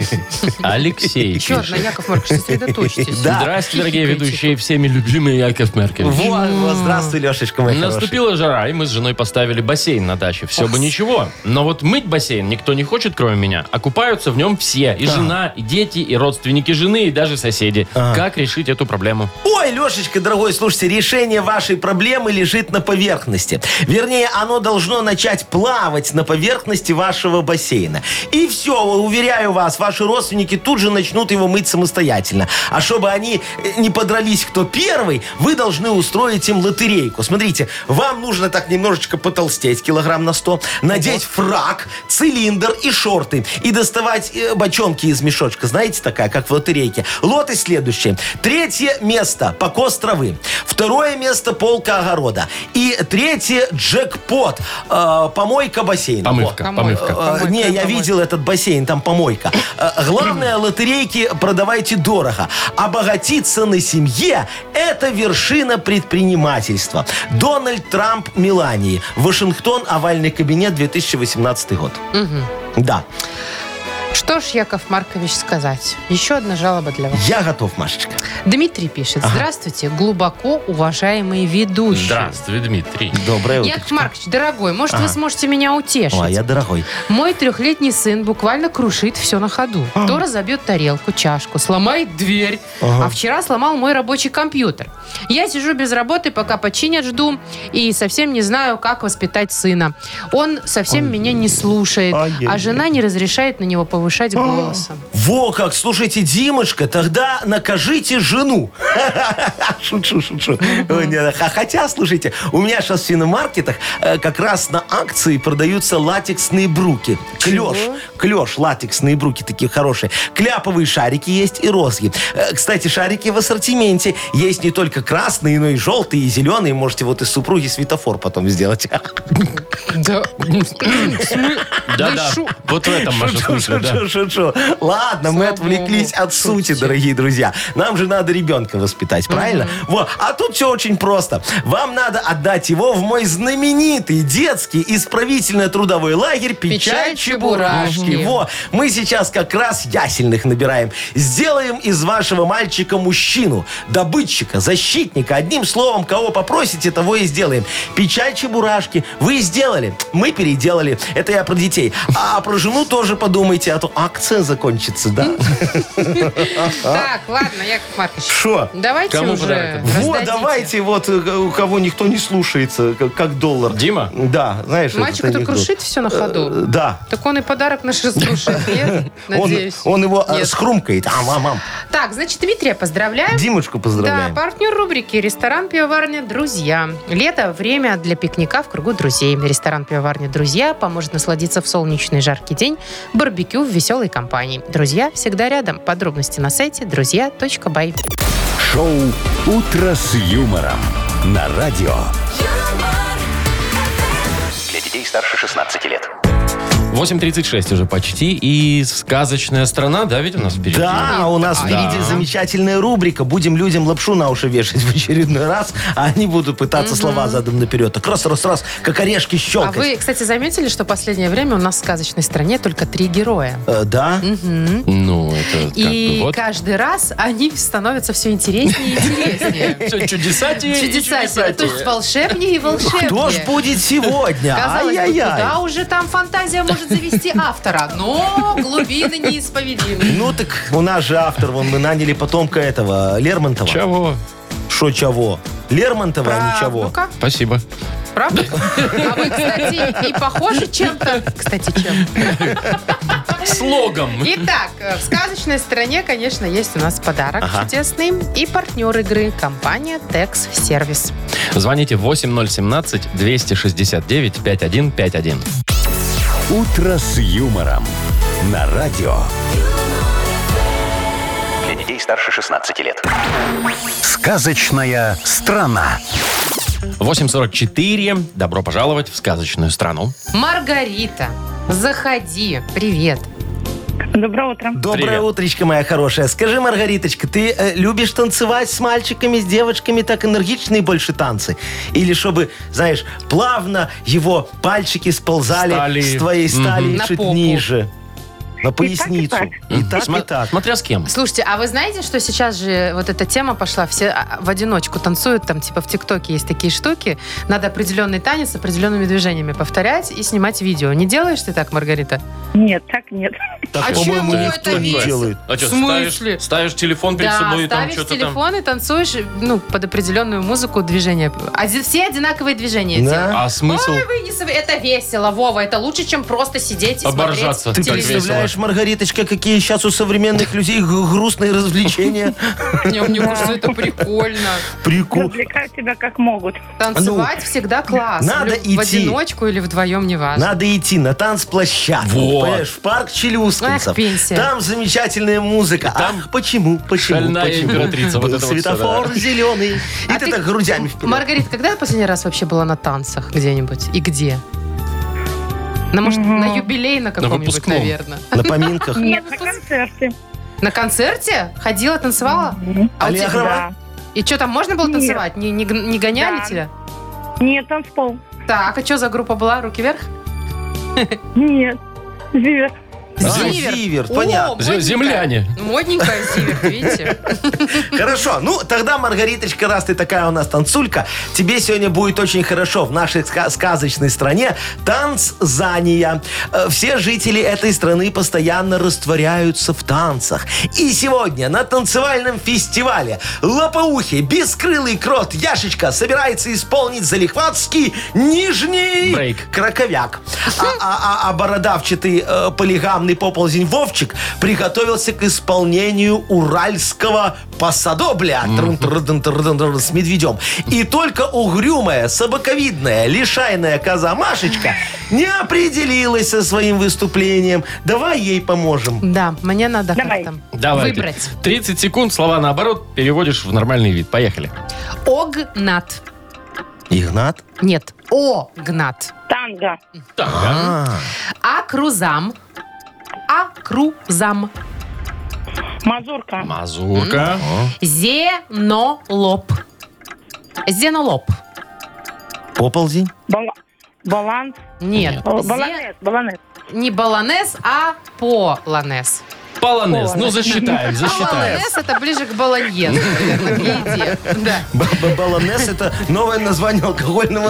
S2: Алексей
S3: Еще
S2: пишет.
S3: одна, Яков Маркович, сосредоточьтесь.
S4: Да.
S2: Здравствуйте, дорогие
S3: Чирикайте.
S2: ведущие, всеми любимые Яков Маркович.
S4: Вот, вот, здравствуй, Лешечка, мой хороший.
S2: Наступила жара, и мы с женой поставили бассейн на даче. Все бы ничего. Но вот мыть бассейн никто не хочет, кроме меня. А купаются в нем все.
S4: А.
S2: И жена, и дети, и родственники жены, и даже соседи.
S4: А.
S2: Как решить эту проблему?
S4: Ой, Лешечка, дорогой, слушайте, решение вашей проблемы лежит на поверхности. Вернее, оно должно начать плавать на поверхности вашего бассейна. И все, уверяю вас, ваши родственники тут же начнут его мыть самостоятельно. А чтобы они э, не подрались, кто первый, вы должны устроить им лотерейку. Смотрите, вам нужно так немножечко потолстеть, килограмм на 100, надеть фрак, цилиндр и шорты. И доставать э, бочонки из мешочка, знаете, такая, как в лотерейке. Лоты следующие. Третье место – покос травы. Второе место – полка огорода. И третье – джекпот. э, помойка бассейна.
S2: Помывка,
S3: Помой-
S2: помывка.
S4: Э,
S3: Помойка,
S4: не, я
S3: помойка.
S4: видел этот бассейн, там помойка. Э, Главное, лотерейки продавайте дорого. Обогатиться на семье – это вершина предпринимательства. Дональд Трамп, Милании. Вашингтон, овальный кабинет, 2018 год. Да,
S3: Что ж, Яков Маркович, сказать? Еще одна жалоба для вас.
S4: я готов, Машечка.
S3: Дмитрий пишет. Здравствуйте, глубоко уважаемые ведущие.
S2: Здравствуй, Дмитрий.
S4: Доброе утро.
S3: Яков Маркович, дорогой, может, вы сможете меня утешить?
S4: О, а я дорогой.
S3: Мой трехлетний сын буквально крушит все на ходу.
S4: А.
S3: То разобьет тарелку, чашку, сломает дверь. А вчера сломал мой рабочий компьютер. Я сижу без работы, пока починят, жду. И совсем не знаю, как воспитать сына. Он совсем меня не слушает. А жена не разрешает на него повы- повышать голосом.
S4: Во как, слушайте, Димочка, тогда накажите жену. Шучу, шучу. Ой, не, а Хотя, слушайте, у меня сейчас в финомаркетах э, как раз на акции продаются латексные бруки. Клеш, клеш, латексные бруки такие хорошие. Кляповые шарики есть и розги. Э, Кстати, шарики в ассортименте. Есть не только красные, но и желтые, и зеленые. Можете вот из супруги светофор потом сделать.
S3: Да.
S2: Да-да,
S4: Ну,
S2: вот в этом Маша
S4: Шучу,
S2: смысл, да.
S4: шучу, шучу. Ладно, мы отвлеклись от сути, дорогие друзья. Нам же надо ребенка воспитать, правильно? Вот. А тут все очень просто. Вам надо отдать его в мой знаменитый детский исправительно-трудовой лагерь «Печать
S3: Печать Чебурашки».
S4: Чебурашки». Во. Мы сейчас как раз ясельных набираем. Сделаем из вашего мальчика мужчину, добытчика, защитника. Одним словом, кого попросите, того и сделаем. Печать Чебурашки. Вы сделали, мы переделали. Это я про детей. А про жену тоже подумайте, а то акция закончится, да?
S3: Так, ладно, Яков Маркович.
S4: Шо?
S3: Давайте
S2: Кому
S3: уже
S2: подарок?
S4: Вот,
S3: раздадите.
S4: давайте, вот, э, у кого никто не слушается, как, как доллар.
S2: Дима?
S4: Да, знаешь,
S3: Мальчик, который
S4: этот анекдот.
S3: крушит все на
S4: Э,
S3: ходу.
S4: Да.
S3: Так он и подарок наш слушает, нет?
S4: Он,
S3: Надеюсь.
S4: он его э,
S3: Нет.
S4: схрумкает. А, мам, мам.
S3: Так, значит, Дмитрия поздравляем.
S4: Димочку
S3: Да,
S4: поздравляем.
S3: партнер рубрики «Ресторан пивоварня Друзья». Лето – время для пикника в кругу друзей. Ресторан пивоварня Друзья поможет насладиться в солнечный жаркий день барбекю в веселой компании. Друзья всегда рядом. Подробности на сайте друзья.бай.
S1: Шоу «Утро с юмором» на радио.
S8: Для детей старше 16 лет.
S2: 8.36 уже почти. И сказочная страна, да, ведь у нас впереди?
S4: Да, у нас впереди замечательная рубрика. Будем людям лапшу на уши вешать в очередной раз, а они будут пытаться слова задом наперед. Так раз, раз, раз, как орешки
S3: А
S4: щелкать.
S3: вы, кстати, заметили, что последнее время у нас в сказочной стране только три героя?
S4: Э, да?
S2: Ну, это как бы
S3: И
S2: вот.
S3: каждый раз они становятся все интереснее и интереснее.
S2: Все чудесатее и
S3: Чудеса себе. То есть волшебнее и волшебнее.
S4: Кто ж будет сегодня?
S3: Казалось бы, куда
S4: Ай-яй-яй.
S3: уже там фантазия может завести автора, но глубины неисповедимы.
S4: Ну так у нас же автор, вон мы наняли потомка этого, Лермонтова.
S2: Чего?
S4: Шо чего? Лермонтова, а ничего.
S3: Ну как,
S2: Спасибо.
S3: правда? А вы, кстати, и похожи чем-то. Кстати, чем?
S2: Слогом.
S3: Итак, э, в сказочной стране, конечно, есть у нас подарок чудесный. И партнер игры – компания Tex Сервис.
S2: Звоните 8017-269-5151.
S1: «Утро с юмором» на радио.
S8: Для детей старше 16 лет.
S1: Сказочная страна.
S2: 8.44. Добро пожаловать в сказочную страну.
S3: Маргарита, заходи. Привет.
S6: Доброе утро.
S4: Доброе
S2: Привет.
S4: утречко, моя хорошая. Скажи, Маргариточка, ты э, любишь танцевать с мальчиками, с девочками, так энергичные больше танцы? Или чтобы, знаешь, плавно его пальчики сползали
S2: Стали.
S4: с твоей стали
S3: На
S4: чуть
S3: попу.
S4: ниже? На поясницу.
S6: так.
S4: И так,
S2: Сма-
S4: и так.
S2: Смотря с кем.
S3: Слушайте, а вы знаете, что сейчас же вот эта тема пошла, все а, в одиночку танцуют, там типа в ТикТоке есть такие штуки, надо определенный танец с определенными движениями повторять и снимать видео. Не делаешь ты так, Маргарита?
S6: Нет, так нет.
S4: Так,
S3: А
S4: по-моему,
S3: чего
S4: никто
S3: это
S4: не
S3: весело?
S4: делает.
S2: А чё,
S3: В смысле?
S2: Ставишь, ставишь телефон перед
S3: да,
S2: собой и там
S3: ставишь
S2: что-то там...
S3: телефон и танцуешь, ну, под определенную музыку движения. Оди- все одинаковые движения
S4: Да?
S3: делают.
S2: А смысл?
S3: Ой, вы не сов- Это весело, Вова, это лучше, чем просто сидеть и
S2: Оборжаться.
S3: смотреть
S4: Ты
S2: Так
S3: телевизор.
S4: представляешь, Маргариточка, какие сейчас у современных людей г- грустные развлечения?
S3: Мне, мне кажется, это прикольно.
S4: Прикол.
S6: Развлекают тебя как могут.
S3: Танцевать всегда классно.
S4: ну, надо
S3: в, лю- в
S4: идти.
S3: одиночку или вдвоем, неважно.
S4: Надо идти на танцплощадку.
S2: Вот.
S4: Понимаешь, в парк Челюскинцев.
S3: Ах, пенсия.
S4: Там замечательная музыка.
S2: там
S4: Ах, почему, почему,
S2: шальная
S4: почему?
S2: императрица, вот
S4: Был
S2: это вот
S4: светофор
S2: всё,
S4: зеленый.
S3: А
S4: и ты, так грудями вперед.
S3: Маргарита, когда последний раз вообще была на танцах где-нибудь? И где? На, может, на юбилей на каком-нибудь,
S2: выпускном.
S3: наверное.
S4: На поминках.
S6: Нет, на концерте.
S3: На концерте? Ходила, танцевала? А у тебя-
S4: Аллегрова?
S3: И что, там можно было
S6: Нет.
S3: танцевать? Не, не, г- не гоняли
S6: Да.
S3: тебя?
S6: Нет, танцпол.
S3: Так, а что за группа была? Руки вверх?
S6: Нет. Зивер.
S4: А, Зиверт, понятно.
S3: модненькая.
S2: Земляне.
S3: Модненькая Зиверт, видите?
S4: Хорошо. Ну, тогда, Маргариточка, раз ты такая у нас танцулька, тебе сегодня будет очень хорошо в нашей ска- сказочной стране Танцзания. Э, Все жители этой страны постоянно растворяются в танцах. И сегодня на танцевальном фестивале Лопоухи, Бескрылый Крот, Яшечка собирается исполнить залихватский нижний...
S2: Брейк.
S4: Краковяк. А, а- а- а бородавчатый э, полигамный поползень Вовчик приготовился к исполнению уральского посадобля Трын-трын-трын-трын-трын с медведем. И только угрюмая, собаковидная, лишайная коза Машечка не определилась со своим выступлением. Давай ей поможем.
S3: Да, мне надо
S5: Давай.
S3: как-то
S2: Давайте.
S3: выбрать.
S2: 30 секунд, слова наоборот, переводишь в нормальный вид. Поехали.
S3: Огнат.
S4: Игнат?
S3: Нет, огнат.
S5: Танго.
S2: Так,
S4: А,
S3: Акрузам. Акрузам.
S5: Мазурка.
S2: мазурка.
S3: Зенолоп. Зенолоп.
S4: поползень?
S5: Бала- Баланс.
S3: Нет.
S5: О,
S3: зе-
S5: Баланес. Баланес.
S3: Не баланес, а полонез. А
S2: Полонез. Ну, засчитаем, засчитаем.
S3: Полонез это ближе к болоньезу, наверное, к еде. Да.
S4: Б- б- Баланес это новое название алкогольного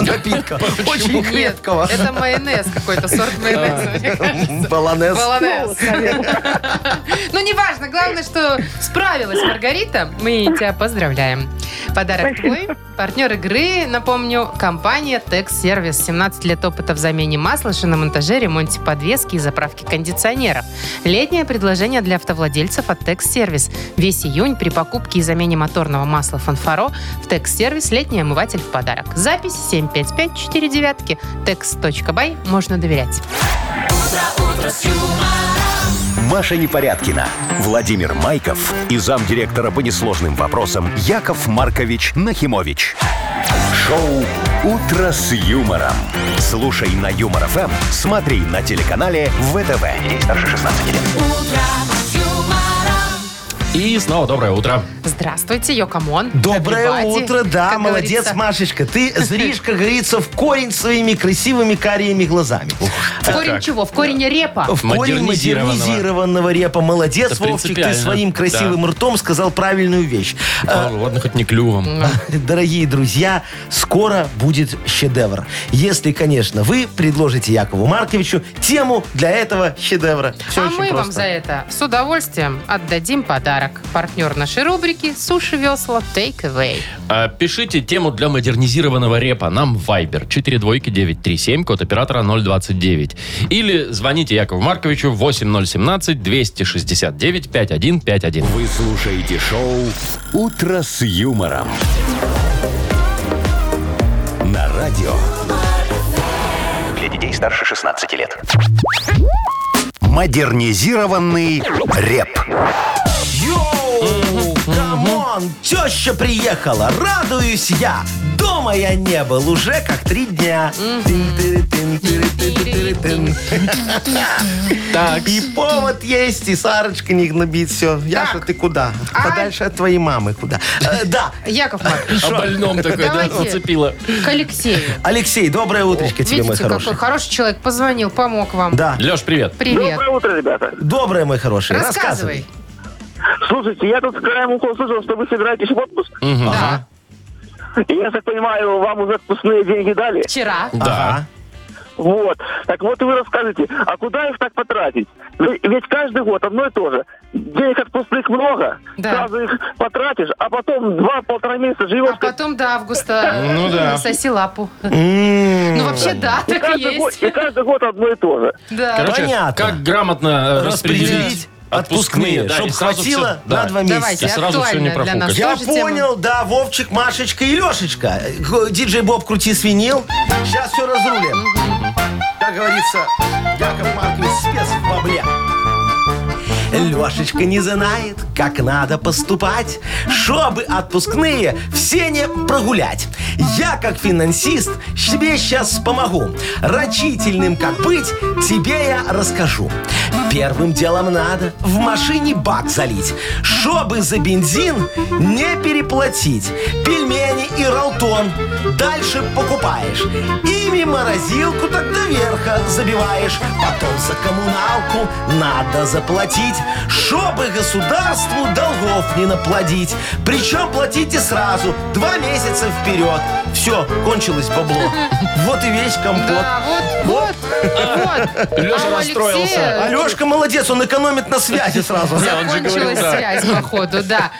S4: напитка. Очень
S3: Нет,
S4: крепкого.
S3: это майонез какой-то, сорт майонеза, мне кажется.
S4: Баланес.
S3: Полонез. Ну, неважно. Главное, что справилась Маргарита. Мы тебя поздравляем. Подарок твой. Партнер игры, напомню, компания Текс Сервис. 17 лет опыта в замене масла, шиномонтаже, ремонте подвески и заправке кондиционеров. Летнее предложение для автовладельцев от Текс Сервис. Весь июнь при покупке и замене моторного масла Фанфаро в Текс Сервис летний омыватель в подарок. Запись 75549 tex.by. Можно доверять.
S1: Маша Непорядкина, Владимир Майков и замдиректора по несложным вопросам Яков Маркович Нахимович. Шоу «Утро с юмором». Слушай на Юмор ФМ, смотри на телеканале ВТВ. Ей старше 16 лет.
S2: И снова доброе утро.
S3: Здравствуйте, Йокамон.
S4: Доброе утро, да, молодец,
S3: Маш.
S4: Машечка. Ты зришь, как говорится, в корень своими красивыми карими глазами.
S3: В корень чего? В корень репа.
S4: В корень
S2: Модернизированного.
S4: модернизированного репа. Молодец,
S2: Это
S4: Вовчик, ты
S2: принципиально.
S4: своим красивым ртом сказал правильную вещь. Э,
S2: Ладно, хоть не клювом.
S4: Дорогие друзья, скоро будет шедевр. Если, конечно, вы предложите Якову Марковичу тему для этого шедевра. Все
S3: а
S4: очень
S3: мы вам
S4: просто.
S3: за это с удовольствием отдадим подарок. Партнер нашей рубрики «Суши весла Take Away».
S2: А, Пишите тему для модернизированного репа. Нам в Viber 42937, код оператора 029. Или звоните Якову Марковичу 8017-269-5151.
S1: Вы слушаете шоу «Утро с юмором». На радио
S8: Для детей старше 16 лет.
S1: «Модернизированный реп».
S4: Йоу, камон, теща приехала, радуюсь я. Дома я не был уже как три дня. Тын-тыры-тын-тыры-тыры-тыры-тын.
S2: Так,
S4: И повод есть, и Сарочка не гнобит все. Яша, ты куда?
S3: А?
S4: Подальше от твоей мамы куда? Э, Да,
S3: Яков Маркович,
S2: о больном такой, да,
S3: Давайте.
S2: зацепила.
S3: к Алексею.
S4: Алексей, доброе утречко тебе, мой
S3: Видите, какой
S4: хороший.
S3: хороший человек. Позвонил, помог вам.
S4: Да, Ну,
S2: Леш, привет.
S3: Привет.
S7: Доброе утро, ребята.
S4: доброе, мой хороший.
S3: Рассказывай.
S7: Слушайте, я тут краем уха слышал, что вы собираетесь в отпуск.
S2: Мгм.
S3: Да.
S7: И я так понимаю, вам уже отпускные деньги дали.
S3: Вчера. а
S2: Да.
S4: Ага.
S7: Вот. Так вот и вы расскажите, а куда их так потратить? Вы- Ведь каждый год одно и то же. Денег отпускных много,
S3: Да.
S7: сразу их потратишь, а потом два-полтора месяца живешь.
S3: А потом до августа
S2: Ну да.
S3: соси лапу.
S4: М,
S3: Ну вообще да,
S7: и,
S3: так и
S7: каждый год,
S3: есть.
S7: и каждый год одно и то же.
S3: Да.
S2: Короче,
S4: Понятно.
S2: как грамотно э, распределить
S4: Распределить отпускные,
S2: да, и
S4: чтобы
S2: сразу
S4: хватило
S2: всё- да.
S4: на два месяца.
S3: Давайте,
S2: Я сразу всё не
S3: актуальная для нас.
S2: профукаешь.
S4: Я
S3: тоже тема.
S4: понял, да, Вовчик, Машечка и Лешечка. Г- Диджей Боб, крути свинил. Сейчас все разрулим. Как говорится, Яков Маркович спец в бабле. Лешечка не знает, как надо поступать, чтобы отпускные все не прогулять. Я, как финансист, тебе сейчас помогу. Рачительным как быть, тебе я расскажу. Первым делом надо в машине бак залить, чтобы за бензин не переплатить. Пельмени картонами и ралтон. Дальше покупаешь. Ими морозилку так до верха забиваешь. Потом за коммуналку надо заплатить, чтобы государству долгов не наплодить. Причем платите сразу, два месяца вперед. Все, кончилось бабло. Вот и весь компот.
S3: Да, вот, вот, вот.
S2: Лёша
S3: А у
S2: расстроился.
S3: Алексея
S4: Алешка молодец, он экономит на связи сразу.
S3: Закончилась связь, походу, да.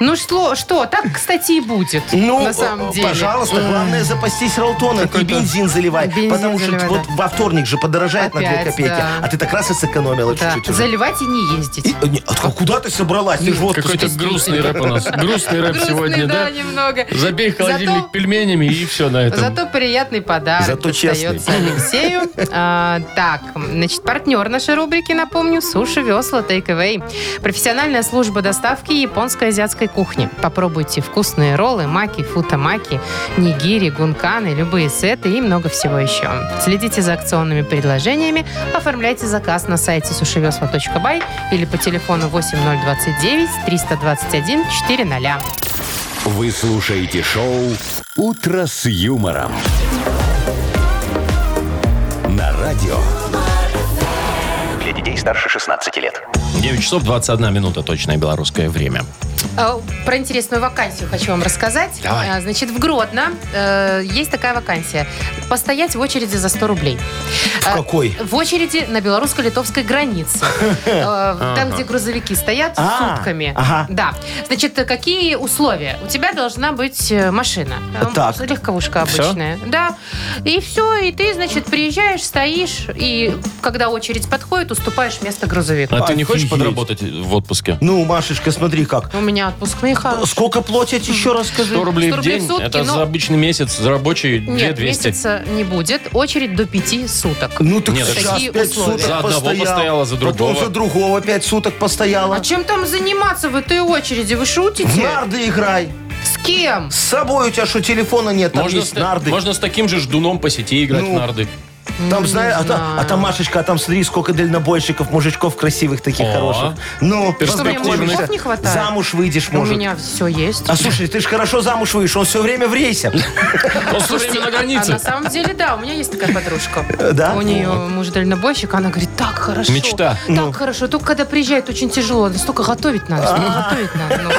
S3: Ну что, что, так, кстати, и будет,
S4: Ну,
S3: на самом
S4: э,
S3: деле.
S4: пожалуйста, главное запастись ралтоном и бензин заливай.
S3: Бензин
S4: потому что
S3: заливай,
S4: вот
S3: да.
S4: во вторник же подорожает на 2
S3: Опять,
S4: копейки.
S3: да.
S4: А ты так раз и сэкономила
S3: Да.
S4: чуть-чуть уже.
S3: Заливать и не ездить.
S4: И, э, не, а куда ты собралась? Ты же в отпуске.
S2: Какой-то грустный рэп у нас. Грустный рэп
S3: Грустный,
S2: сегодня,
S3: да,
S2: да?
S3: немного.
S2: Забей холодильник
S3: Зато-
S2: пельменями и все на этом.
S3: Зато приятный подарок
S4: Зато честный.
S3: достается Алексею. А, так, значит, партнер нашей рубрики, напомню, суши весла Take Away. Профессиональная служба доставки японской азиатской кухни. Попробуйте вкусные роллы, маки, футамаки, нигири, гунканы, любые сеты и много всего еще. Следите за акционными предложениями, оформляйте заказ на сайте сушевесла.бай или по телефону 8029 321 400.
S1: Вы слушаете шоу «Утро с юмором». На радио.
S8: Для детей старше 16 лет.
S2: 9 часов 21 минута точное белорусское время.
S3: А, Про интересную вакансию хочу вам рассказать.
S2: Давай.
S3: А, Значит, в Гродно э, есть такая вакансия. Постоять в очереди за 100 рублей. А-
S4: В какой?
S3: В очереди на белорусско-литовской границе. Э, Там, где грузовики стоят
S4: А,
S3: сутками.
S4: ага.
S3: Да. Значит, э, какие условия? У тебя должна быть э, машина. Э,
S4: Так.
S3: Легковушка
S2: Всё?
S3: обычная. Да. И все, и ты, значит, приезжаешь, стоишь, и когда очередь подходит, уступаешь место грузовику.
S2: А ты не хочешь
S4: Офигеть.
S2: подработать в отпуске?
S4: Ну, Машечка, смотри как.
S3: У меня а отпускные хорошие.
S4: Сколько платят, еще раз скажи.
S2: 100 рублей в
S3: 100 рублей
S2: день,
S3: в сутки,
S2: это
S3: ну-
S2: за обычный месяц, за рабочий
S3: Нет,
S2: 2200.
S3: месяца не будет. Очередь до пяти суток.
S4: Ну, так
S2: Нет,
S4: сейчас
S3: такие
S4: пять
S3: условия.
S4: суток
S2: За одного
S4: постоял,
S2: постояла, за другого.
S4: Потом за другого пять суток постояла.
S3: А чем там заниматься в этой очереди? Вы
S4: В
S3: шутите?
S4: нарды играй.
S3: С кем?
S4: С собой у тебя что, телефона нет, там
S2: Можно с,
S4: есть нарды.
S2: можно с таким же ждуном по сети играть
S4: Ну.
S2: в нарды.
S4: Там, знаешь, а, там- а там, Машечка, а там смотри, сколько дальнобойщиков, мужичков красивых таких
S2: О.
S4: хороших. Ну,
S2: Что, мне
S4: познакомишься.
S3: мужиков не хватает?
S4: Замуж выйдешь,
S3: У
S4: может.
S3: меня все есть.
S4: А слушай, ты же хорошо замуж выйдешь, он все время в рейсе.
S2: Он все время на границе.
S3: А на самом деле, да, у меня есть такая подружка.
S4: Да?
S3: У нее муж дальнобойщик, она говорит, так хорошо.
S2: Мечта.
S3: Так
S4: Ну.
S3: хорошо. Только когда приезжает, очень тяжело. Настолько готовить надо,
S4: А.
S3: столько готовить надо. ну.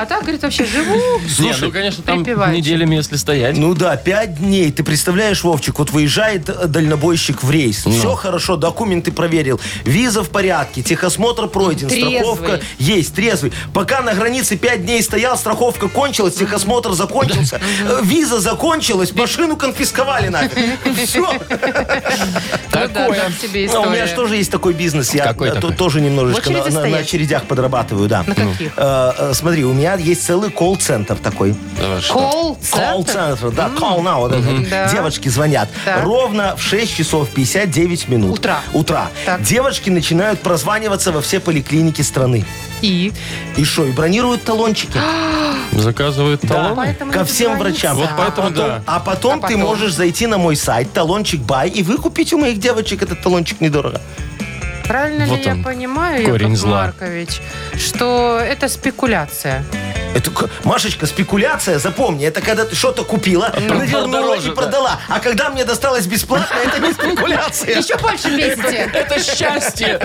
S3: А так, говорит, вообще живу.
S2: Не, ну, конечно, там
S3: припеваючи.
S2: неделями, если стоять.
S4: Ну да, пять дней. Ты представляешь, Вовчик, вот выезжает э, дальнобойщик в рейс.
S3: Ну.
S4: Все хорошо, документы проверил. Виза в порядке, техосмотр пройден,
S3: Трезвый.
S4: страховка есть, трезвый. Пока на границе пять дней стоял, страховка кончилась, техосмотр закончился, э, виза закончилась, машину конфисковали нафиг. Все.
S3: Ну да, так тебе
S4: Ну, у меня же
S3: история.
S4: тоже есть такой бизнес. Я
S2: Какой
S4: э, тут
S2: такой?
S4: тоже немножечко
S3: В
S4: на,
S3: очереди
S4: на- на
S3: стоять?
S4: очередях подрабатываю, да.
S3: На каких?
S4: Э, э, смотри, у меня есть целый колл-центр такой.
S2: Давай, что?
S3: Колл-центр.
S4: Колл-центр, да, call now. вот это.
S3: Да.
S4: Девочки звонят.
S3: Так.
S4: Ровно в 6 часов 59 минут.
S3: Утра.
S4: Утра.
S3: Так.
S4: Девочки начинают прозваниваться во все поликлиники страны.
S3: И?
S4: И что, и бронируют талончики.
S2: Заказывает
S4: Да.
S2: талон.
S3: А, Поэтому
S4: Ко
S3: не
S4: всем
S3: дозвониться.
S4: врачам.
S2: Вот поэтому,
S4: а потом,
S2: да.
S4: а потом
S3: А
S4: ты
S3: потом?
S4: можешь зайти на мой сайт талончик бай и выкупить у моих девочек этот талончик недорого.
S3: Правильно
S2: Вот
S3: ли я
S2: он,
S3: понимаю,
S2: корень
S3: Яков
S2: зла.
S3: Маркович, что это спекуляция?
S4: Это, к- Машечка, спекуляция, запомни, это когда ты что-то купила, навернула
S2: дороже,
S4: и
S2: да.
S4: продала. А когда мне досталось бесплатно, это не спекуляция.
S3: Еще больше бесите.
S2: Это счастье!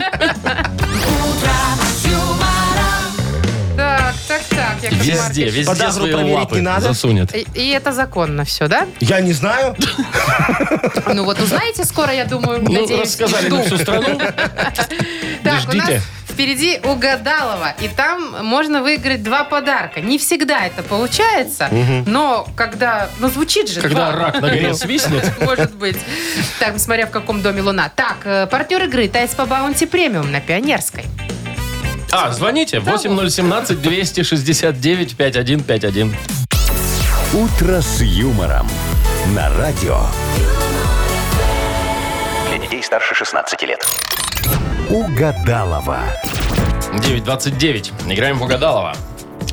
S3: Так, так, так, Яков
S2: Везде,
S3: Маркович.
S2: везде
S4: Подагру
S2: свои
S4: проверить не
S2: лапы
S4: надо?
S2: засунет.
S3: И- И это законно все, да?
S4: Я не знаю.
S3: Ну вот узнаете скоро, я думаю,
S2: Ну,
S3: надеюсь.
S2: рассказали
S3: Жду.
S2: на всю страну.
S3: Так, у
S2: Ждите.
S3: нас впереди угадалова. И там можно выиграть два подарка. Не всегда это получается, но когда... Ну, звучит же
S2: Когда
S3: два.
S2: рак на горе свистнет.
S3: Может быть. Так, смотря в каком доме луна. Так, э, партнер игры «Тайс по баунти премиум» на Пионерской.
S2: А, звоните 8017-269-5151.
S1: «Утро с юмором». На радио.
S8: Для детей старше 16 лет.
S1: Угадалова.
S2: 9.29. Играем в Угадалова.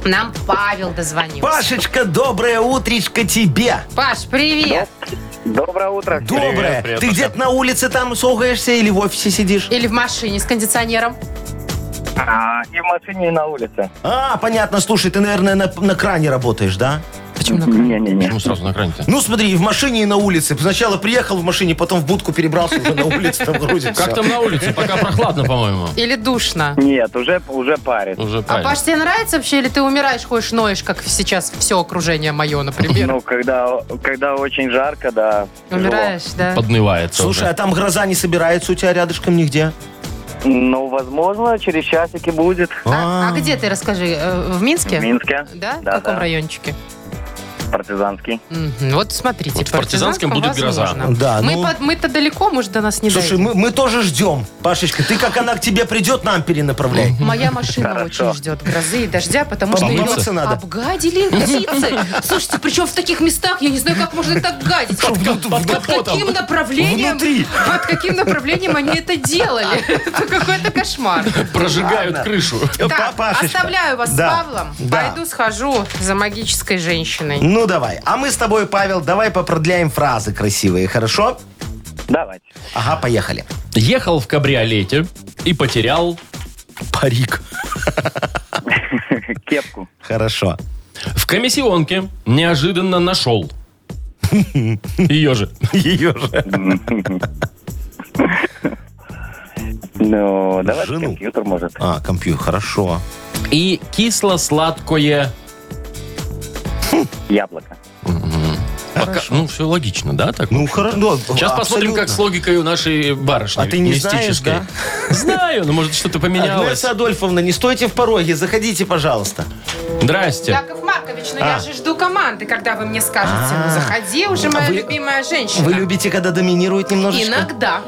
S3: Нам Павел дозвонился.
S4: Пашечка, доброе утречко тебе.
S3: Паш, привет.
S7: Доброе утро.
S4: Доброе.
S2: привет,
S4: Ты
S2: Паша.
S4: где-то на улице там согаешься или в офисе сидишь?
S3: Или в машине с кондиционером.
S7: А, и в машине, и на улице.
S4: А, понятно. Слушай, ты, наверное, на, на кране работаешь, да?
S3: Почему на кране?
S7: Не-не-не.
S2: Почему сразу на кране-то?
S4: Ну, смотри, и в машине, и на улице. Сначала приехал в машине, потом в будку перебрался уже на улице, там грузится.
S2: Как там на улице? Пока прохладно, по-моему.
S3: Или душно?
S7: Нет, уже, уже парит.
S2: Уже
S3: А
S2: парень.
S3: Паш, тебе нравится вообще, или ты умираешь, ходишь, ноешь, как сейчас все окружение мое, например?
S7: Ну, когда, когда очень жарко, да. тяжело.
S3: Умираешь, да?
S2: Поднывается
S4: Слушай, а
S2: уже.
S4: там гроза не собирается у тебя рядышком нигде?
S7: Ну, возможно, через часики будет.
S3: А, а где ты, расскажи, э, в Минске?
S7: В Минске.
S3: Да? В
S7: Да,
S3: каком
S7: да.
S3: райончике?
S7: Партизанский.
S3: Мгм. Вот смотрите,
S2: Вот в Партизанском будет гроза.
S3: возможно.
S4: Да,
S3: мы
S4: ну-
S3: под- мы-то далеко, может, до нас не
S4: Слушай,
S3: дойдет.
S4: мы, мы тоже ждем, Пашечка. Ты как она к тебе придет, нам перенаправляй.
S3: Моя машина
S7: Хорошо.
S3: очень ждет грозы и дождя, потому что ее
S2: Помыться
S4: надо.
S3: обгадили птицы. Слушайте, причем в таких местах, я не знаю, как можно так гадить. Под, каким направлением?
S4: Внутри.
S3: Под каким направлением они это делали? Это какой-то кошмар.
S2: Прожигают крышу.
S3: Так,
S4: Пашечка.
S3: оставляю вас
S4: Э, Да.
S3: с Павлом.
S4: Да.
S3: Пойду схожу за магической женщиной.
S4: Ну давай. А мы с тобой, Павел, давай попродляем фразы красивые, хорошо?
S7: Давайте.
S4: Ага, поехали.
S2: Ехал в кабриолете и потерял
S4: Парик.
S7: Кепку.
S4: Хорошо.
S2: в комиссионке. Неожиданно нашел. Ее же.
S4: Ее же.
S7: Ну, давайте
S4: Жену.
S7: компьютер, может.
S4: А, компьютер, хорошо.
S2: И кисло-сладкое.
S7: Яблоко.
S2: Пока- Ну, все логично, да? Так?
S4: Ну, хорошо.
S2: Сейчас посмотрим, как с логикой у нашей барышни.
S4: А ты не знаешь,
S2: мистической. Знаю, но может что-то поменялось.
S4: Агнеса Адольфовна, не стойте в пороге, заходите, пожалуйста.
S2: Здрасте.
S3: Яков Маркович, ну
S4: А.
S3: я же жду команды, когда вы мне скажете, ну заходи уже, моя
S4: Вы-
S3: любимая женщина.
S4: Вы любите, когда доминирует немножечко?
S3: Иногда.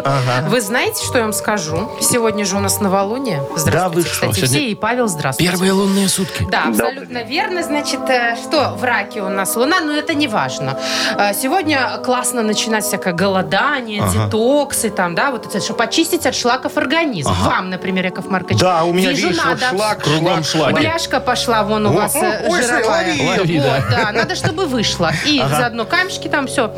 S3: Вы знаете, что я вам скажу? Сегодня же у нас новолуние. Здравствуйте,
S4: Да вы что,
S3: кстати,
S2: сегодня-
S3: все. И Павел, здравствуйте.
S2: лунные сутки.
S3: Да,
S7: Добрый
S3: абсолютно верно. Значит, э, что в раке у нас луна, но это не важно. Э, Сегодня классно начинать всякое голодание,
S4: Ага.
S3: детоксы, там, да, вот это, чтобы почистить от шлаков организм. Вам, например, Яков Маркович.
S4: Да, у меня,
S3: Вижу,
S4: видишь, вот
S3: надо.
S4: шлак,
S2: Кругом
S4: шлак.
S2: шлаги.
S3: Бляшка пошла вон у
S4: О,
S3: вас э,
S4: о, ой, смотри,
S3: жировая.
S4: лови.
S2: Лови,
S3: Вот,
S2: да.
S3: да, надо, чтобы вышло. И заодно камешки там все.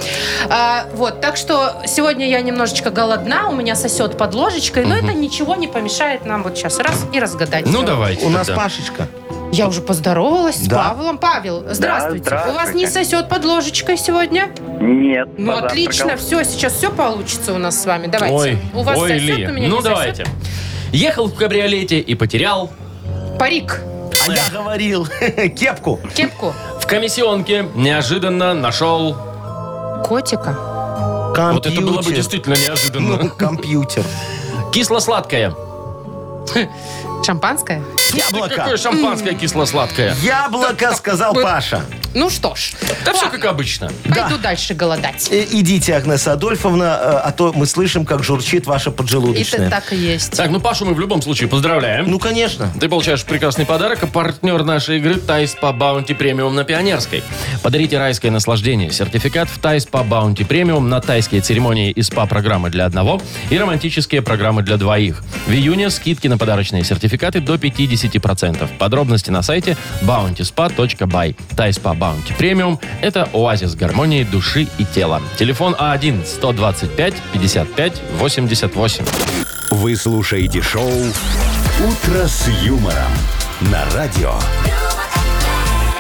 S3: вот, так что сегодня я немножечко голодна, у меня сосет под ложечкой, но это ничего не помешает нам вот сейчас раз и разгадать.
S2: Ну,
S3: Всё.
S2: давайте.
S4: У нас
S2: тогда.
S4: Пашечка.
S3: Я уже поздоровалась с
S4: Да.
S3: Павлом. Павел, здравствуйте. У вас
S7: здравствуйте.
S3: не сосет под ложечкой сегодня?
S7: Нет.
S3: Ну,
S7: позавтракал.
S3: отлично, все, сейчас все получится у нас с вами. Давайте.
S2: Ой,
S3: у вас
S2: ой,
S3: сосет,
S2: Ли.
S3: у меня
S2: Ну,
S3: не
S2: давайте. Ехал в кабриолете и потерял.
S3: сосет. Парик,
S4: А я говорил. Кепку.
S3: кепку,
S2: В комиссионке неожиданно нашел.
S3: котика.
S4: Компьютер.
S2: Вот это было бы действительно
S4: Ну,
S2: неожиданно.
S4: компьютер.
S2: Кисло-сладкое.
S3: Шампанское?
S2: Какое
S4: Яблоко.
S2: шампанское кисло-сладкое?
S4: Яблоко, сказал Паша.
S3: Ну что ж,
S2: Да все как обычно.
S3: пойду дальше голодать.
S4: Э, Идите, Агнеса Адольфовна, э, а то мы слышим, как журчит ваша
S3: Это
S4: поджелудочная.
S3: так и есть.
S2: Так, ну Пашу мы в любом случае поздравляем.
S4: Ну, конечно.
S2: Ты получаешь прекрасный подарок, а партнер нашей игры Тайс по Баунти Премиум на Пионерской. Подарите райское наслаждение. Сертификат в Тайс по Баунти Премиум на тайские церемонии и СПА-программы для одного и романтические программы для двоих. В июне скидки на подарочные сертификаты до 50%. Подробности на сайте bountyspa.by. Тайс по Баунти Премиум – это оазис гармонии души и тела. Телефон А1-125-55-88.
S1: Вы слушаете шоу «Утро с юмором» на радио.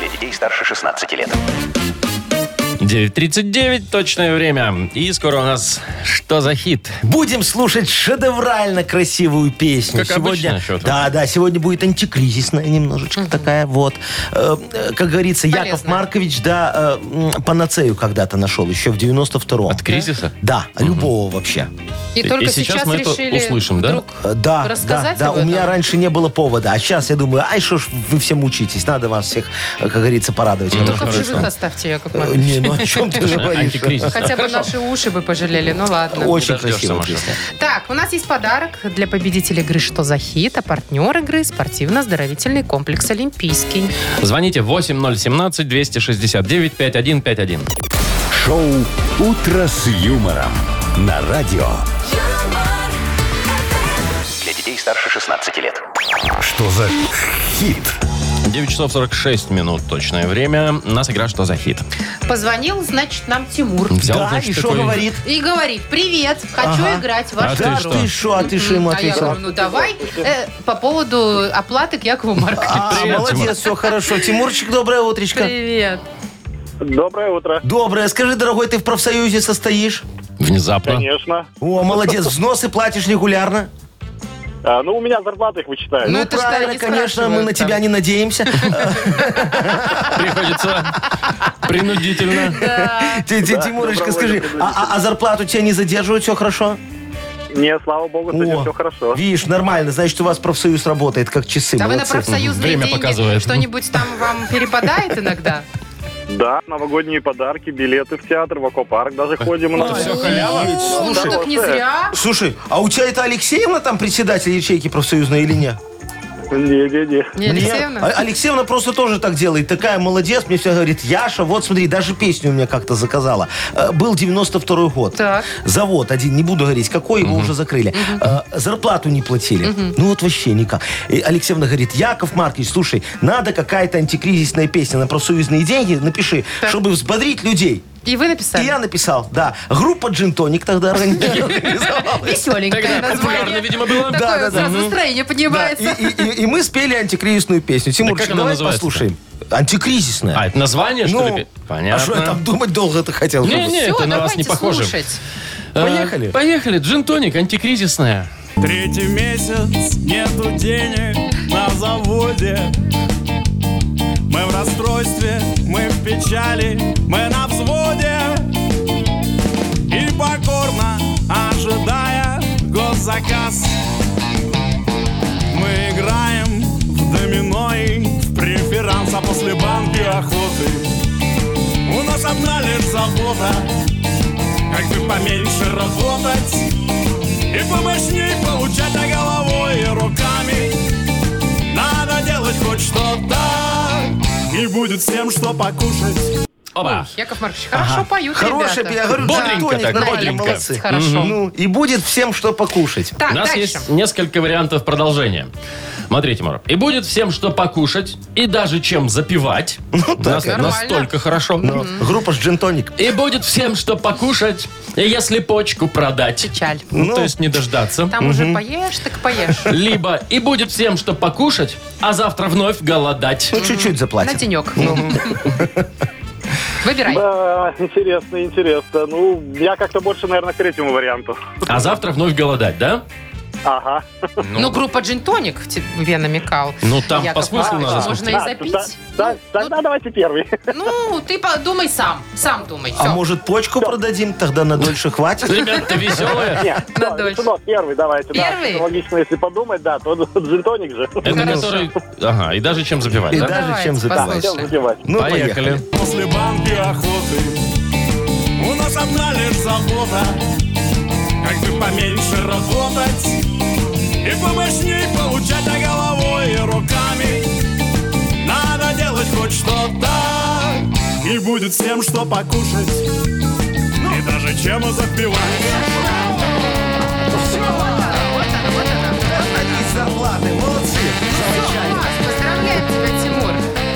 S8: Для детей старше 16 лет.
S2: 9.39 точное время. И скоро у нас «Что за хит?»
S4: Будем слушать шедеврально красивую песню.
S2: Как обычно, чё там?
S4: да, да, сегодня будет антикризисная немножечко такая. Вот, Э, э, как говорится, Яков
S3: Полезная.
S4: Маркович, да, э, м, панацею когда-то нашел еще в 92-м.
S2: От кризиса?
S4: Да, любого вообще.
S3: И
S2: И
S3: только
S2: сейчас
S3: сейчас,
S2: мы это
S3: решили
S2: услышим, да?
S3: вдруг
S4: Э, Да, да,
S3: рассказать
S4: да.
S3: об
S4: У
S3: этом?
S4: меня раньше не было повода, а сейчас я думаю, ай, что ж вы все мучитесь, надо вас всех, э, как говорится, порадовать.
S3: Только
S2: Ну,
S3: в
S2: Хорошо.
S3: живых оставьте, Яков
S4: Э,
S3: Маркович.
S4: Не, ну о чем ты говоришь?
S2: Антикризис.
S3: Хотя бы наши уши бы пожалели, ну ладно.
S4: Очень
S2: Дождешься,
S4: красивая
S2: Маша.
S4: песня.
S3: Так, у нас есть подарок для победителей игры «Что за хит?», а партнер игры – спортивно-оздоровительный комплекс «Олимпийский».
S2: Звоните 8017-269-5151.
S1: Шоу «Утро с юмором» на радио.
S9: юмор,
S8: Для детей старше 16 лет.
S1: Что за хит?
S2: 9 часов 46 минут точное время. У нас игра «Что за хит?»
S3: Позвонил, значит, нам Тимур.
S2: Взял,
S4: Да,
S2: значит,
S4: и что
S2: такой-
S4: говорит?
S3: И говорит, привет, хочу
S4: Ага.
S3: играть в ваш
S2: ты
S4: Да,
S2: что?
S3: игру».
S4: ты что, а ты что ему
S3: А я
S4: ответил?
S3: говорю, ну давай э, по поводу оплаты к Якову Марковичу.
S4: А,
S2: Привет,
S4: молодец, все хорошо. Тимурчик, доброе утречко.
S3: Привет. «А
S7: Доброе утро.
S4: Доброе. Скажи, дорогой, ты в профсоюзе состоишь?
S2: Внезапно.
S7: Конечно.
S4: О, молодец, взносы платишь регулярно.
S7: А, ну, у меня зарплата их вычитает.
S3: Ну,
S4: Ну,
S3: это ж
S4: правильно,
S3: они
S4: конечно, мы
S3: спрашивают
S4: на
S3: там.
S4: тебя не надеемся.
S2: Приходится принудительно.
S4: Ти- ти- Тимурочка, скажи,
S7: добровольно
S4: а- а а зарплату тебя не задерживают, все хорошо?
S7: Не, слава богу, с этим
S4: О,
S7: все хорошо.
S4: Видишь, нормально, значит, у вас профсоюз работает, как часы.
S3: А вы на
S4: молодцы.
S3: профсоюзные
S2: Время
S3: деньги
S2: показывает.
S3: что-нибудь там вам перепадает иногда?
S7: Да, новогодние подарки, билеты в театр, в аквапарк даже ходим.
S2: Это все халява.
S4: Офигеть,
S3: Ну,
S4: Слушай,
S3: так не зря.
S4: слушай, а у тебя это Алексеевна там председатель ячейки профсоюзной или нет?
S7: Не-не-не.
S3: Не, Алексеевна?
S4: Нет. А- Алексеевна просто тоже так делает. Такая молодец. Мне все говорит, Яша, вот смотри, даже песню у меня как-то заказала. Э, Был 92 год.
S3: Так.
S4: Завод один, не буду говорить, какой, его уже закрыли. Э, Зарплату не платили. Ну вот вообще никак. И Алексеевна говорит, Яков Маркович, слушай, надо какая-то антикризисная песня на профсоюзные деньги, напиши,
S3: Так.
S4: чтобы взбодрить людей.
S3: И вы
S4: И я
S3: написали.
S4: написал, да. Группа Джинтоник тогда организовалась.
S3: Веселенькое
S2: Тогда популярно,
S3: название.
S2: видимо, было.
S4: Да.
S3: Такое сразу
S4: Мгм.
S3: настроение
S4: Да,
S3: поднимается.
S4: и, и- и- и мы спели антикризисную песню. Тимур,
S2: как она
S4: давай
S2: называется-то?
S4: послушаем. Антикризисная.
S2: А, это название, что ли?
S4: А что я там
S2: Понятно.
S4: думать долго это хотел?
S2: Не,
S4: чтобы-
S2: не.
S3: Всё,
S2: это на вас не
S3: давайте
S2: похоже.
S3: слушать.
S2: Э,
S4: Поехали.
S2: Поехали. Джин-тоник, антикризисная.
S9: Третий месяц нету денег на заводе Мы в расстройстве, мы в печали, мы на взводе И покорно ожидая госзаказ Мы играем в домино и в преферанс А после банки охоты У нас одна лишь забота Как бы поменьше работать и помощней получать на головой и руками Надо делать хоть что-то И будет всем что покушать
S2: Опа.
S3: Яков Маркович, хорошо поют
S4: Хорошая, пе- я
S3: ребята.
S4: говорю,
S2: Бодренько
S4: «Джинтоник»
S2: так,
S4: нормально,
S2: бодренько.
S4: молодцы.
S3: Хорошо.
S4: Ну, и будет всем что покушать.
S3: Так,
S2: У нас
S3: дальше.
S2: есть несколько вариантов продолжения. Смотрите, Мара. И будет всем что покушать, и даже чем запивать.
S4: Ну
S2: У нас
S3: Нормально.
S2: настолько хорошо.
S4: Группа с Джинтоник.
S2: И будет всем что покушать, если почку продать.
S3: Печаль.
S2: Ну,
S4: Ну.
S2: то есть не дождаться.
S3: Там уже поешь, так поешь.
S2: Либо и будет всем что покушать, а завтра вновь голодать.
S4: Ну, чуть-чуть
S3: На
S4: заплатим.
S3: денек. Выбирай.
S7: Да, интересно, интересно. Ну, я как-то больше, наверное, к третьему варианту.
S2: А завтра вновь голодать, да?
S7: Ага.
S3: Ну, группа Джинтоник в тебе намекал.
S2: Ну, там
S3: Яков
S2: по смыслу
S3: Маркович,
S2: надо
S3: Можно и
S7: Да, да,
S3: запить.
S7: да, Тогда давайте первый.
S3: Ну, ты подумай сам. Сам думай.
S4: А
S3: Все.
S4: может, почку продадим? Тогда на дольше хватит.
S2: Ребята, веселые.
S7: Нет,
S3: На
S7: всё,
S3: дольше.
S7: сынок, первый давайте. да.
S3: Первый?
S7: Это Логично, если подумать, да, то джинтоник же.
S2: Это который... Ага, и даже чем запивать,
S4: Ну, И
S2: да?
S4: даже чем запивать.
S7: Всем запивать.
S4: Ну, поехали.
S9: После банки охоты У нас одна лишь забота Как бы поменьше работать И помощней получать на головой и руками Надо делать хоть что-то И будет всем что покушать Ну И даже чем запивать
S4: Они зарплаты, молодцы.
S3: А Поздравляем тебя, Тимур.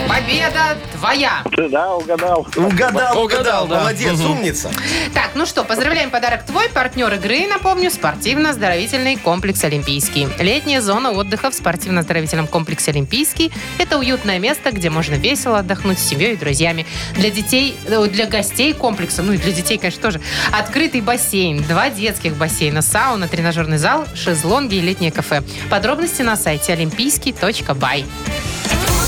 S3: Победа твоя.
S7: Да, угадал.
S4: Угадал,
S2: Угадал,
S4: угадал.
S2: да.
S4: Молодец,
S2: Мгм.
S4: умница.
S3: Так, ну что, поздравляем подарок твой, партнер игры, напомню, спортивно-оздоровительный комплекс «Олимпийский». Летняя зона отдыха в спортивно-оздоровительном комплексе «Олимпийский» – это уютное место, где можно весело отдохнуть с семьей и друзьями. Для детей, э, для гостей комплекса, ну и для детей, конечно, тоже, открытый бассейн, два детских бассейна, сауна, тренажерный зал, шезлонги и летнее кафе. Подробности на сайте олимпийский.бай.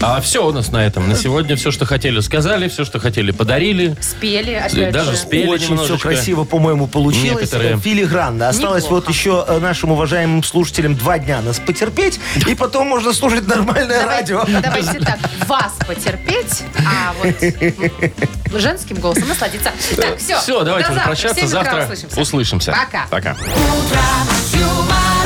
S2: А все у нас на этом. На сегодня все, что хотели, сказали, все, что хотели, подарили.
S3: Спели,
S2: Э,
S3: опять
S2: даже
S3: же.
S2: спели
S4: Очень
S2: немножечко.
S4: все красиво, по-моему, получилось.
S2: Некоторые.
S4: Э, Филигранно. Осталось
S3: Неплохо.
S4: вот еще э, нашим уважаемым слушателям два дня нас потерпеть, и потом можно слушать нормальное
S3: Давайте-
S4: радио.
S3: Давайте так, вас потерпеть, а вот м, женским голосом насладиться.
S2: Э,
S3: Так, все.
S2: Все, давайте уже прощаться. Завтра услышимся.
S3: Пока.
S2: Пока.
S10: Юмор.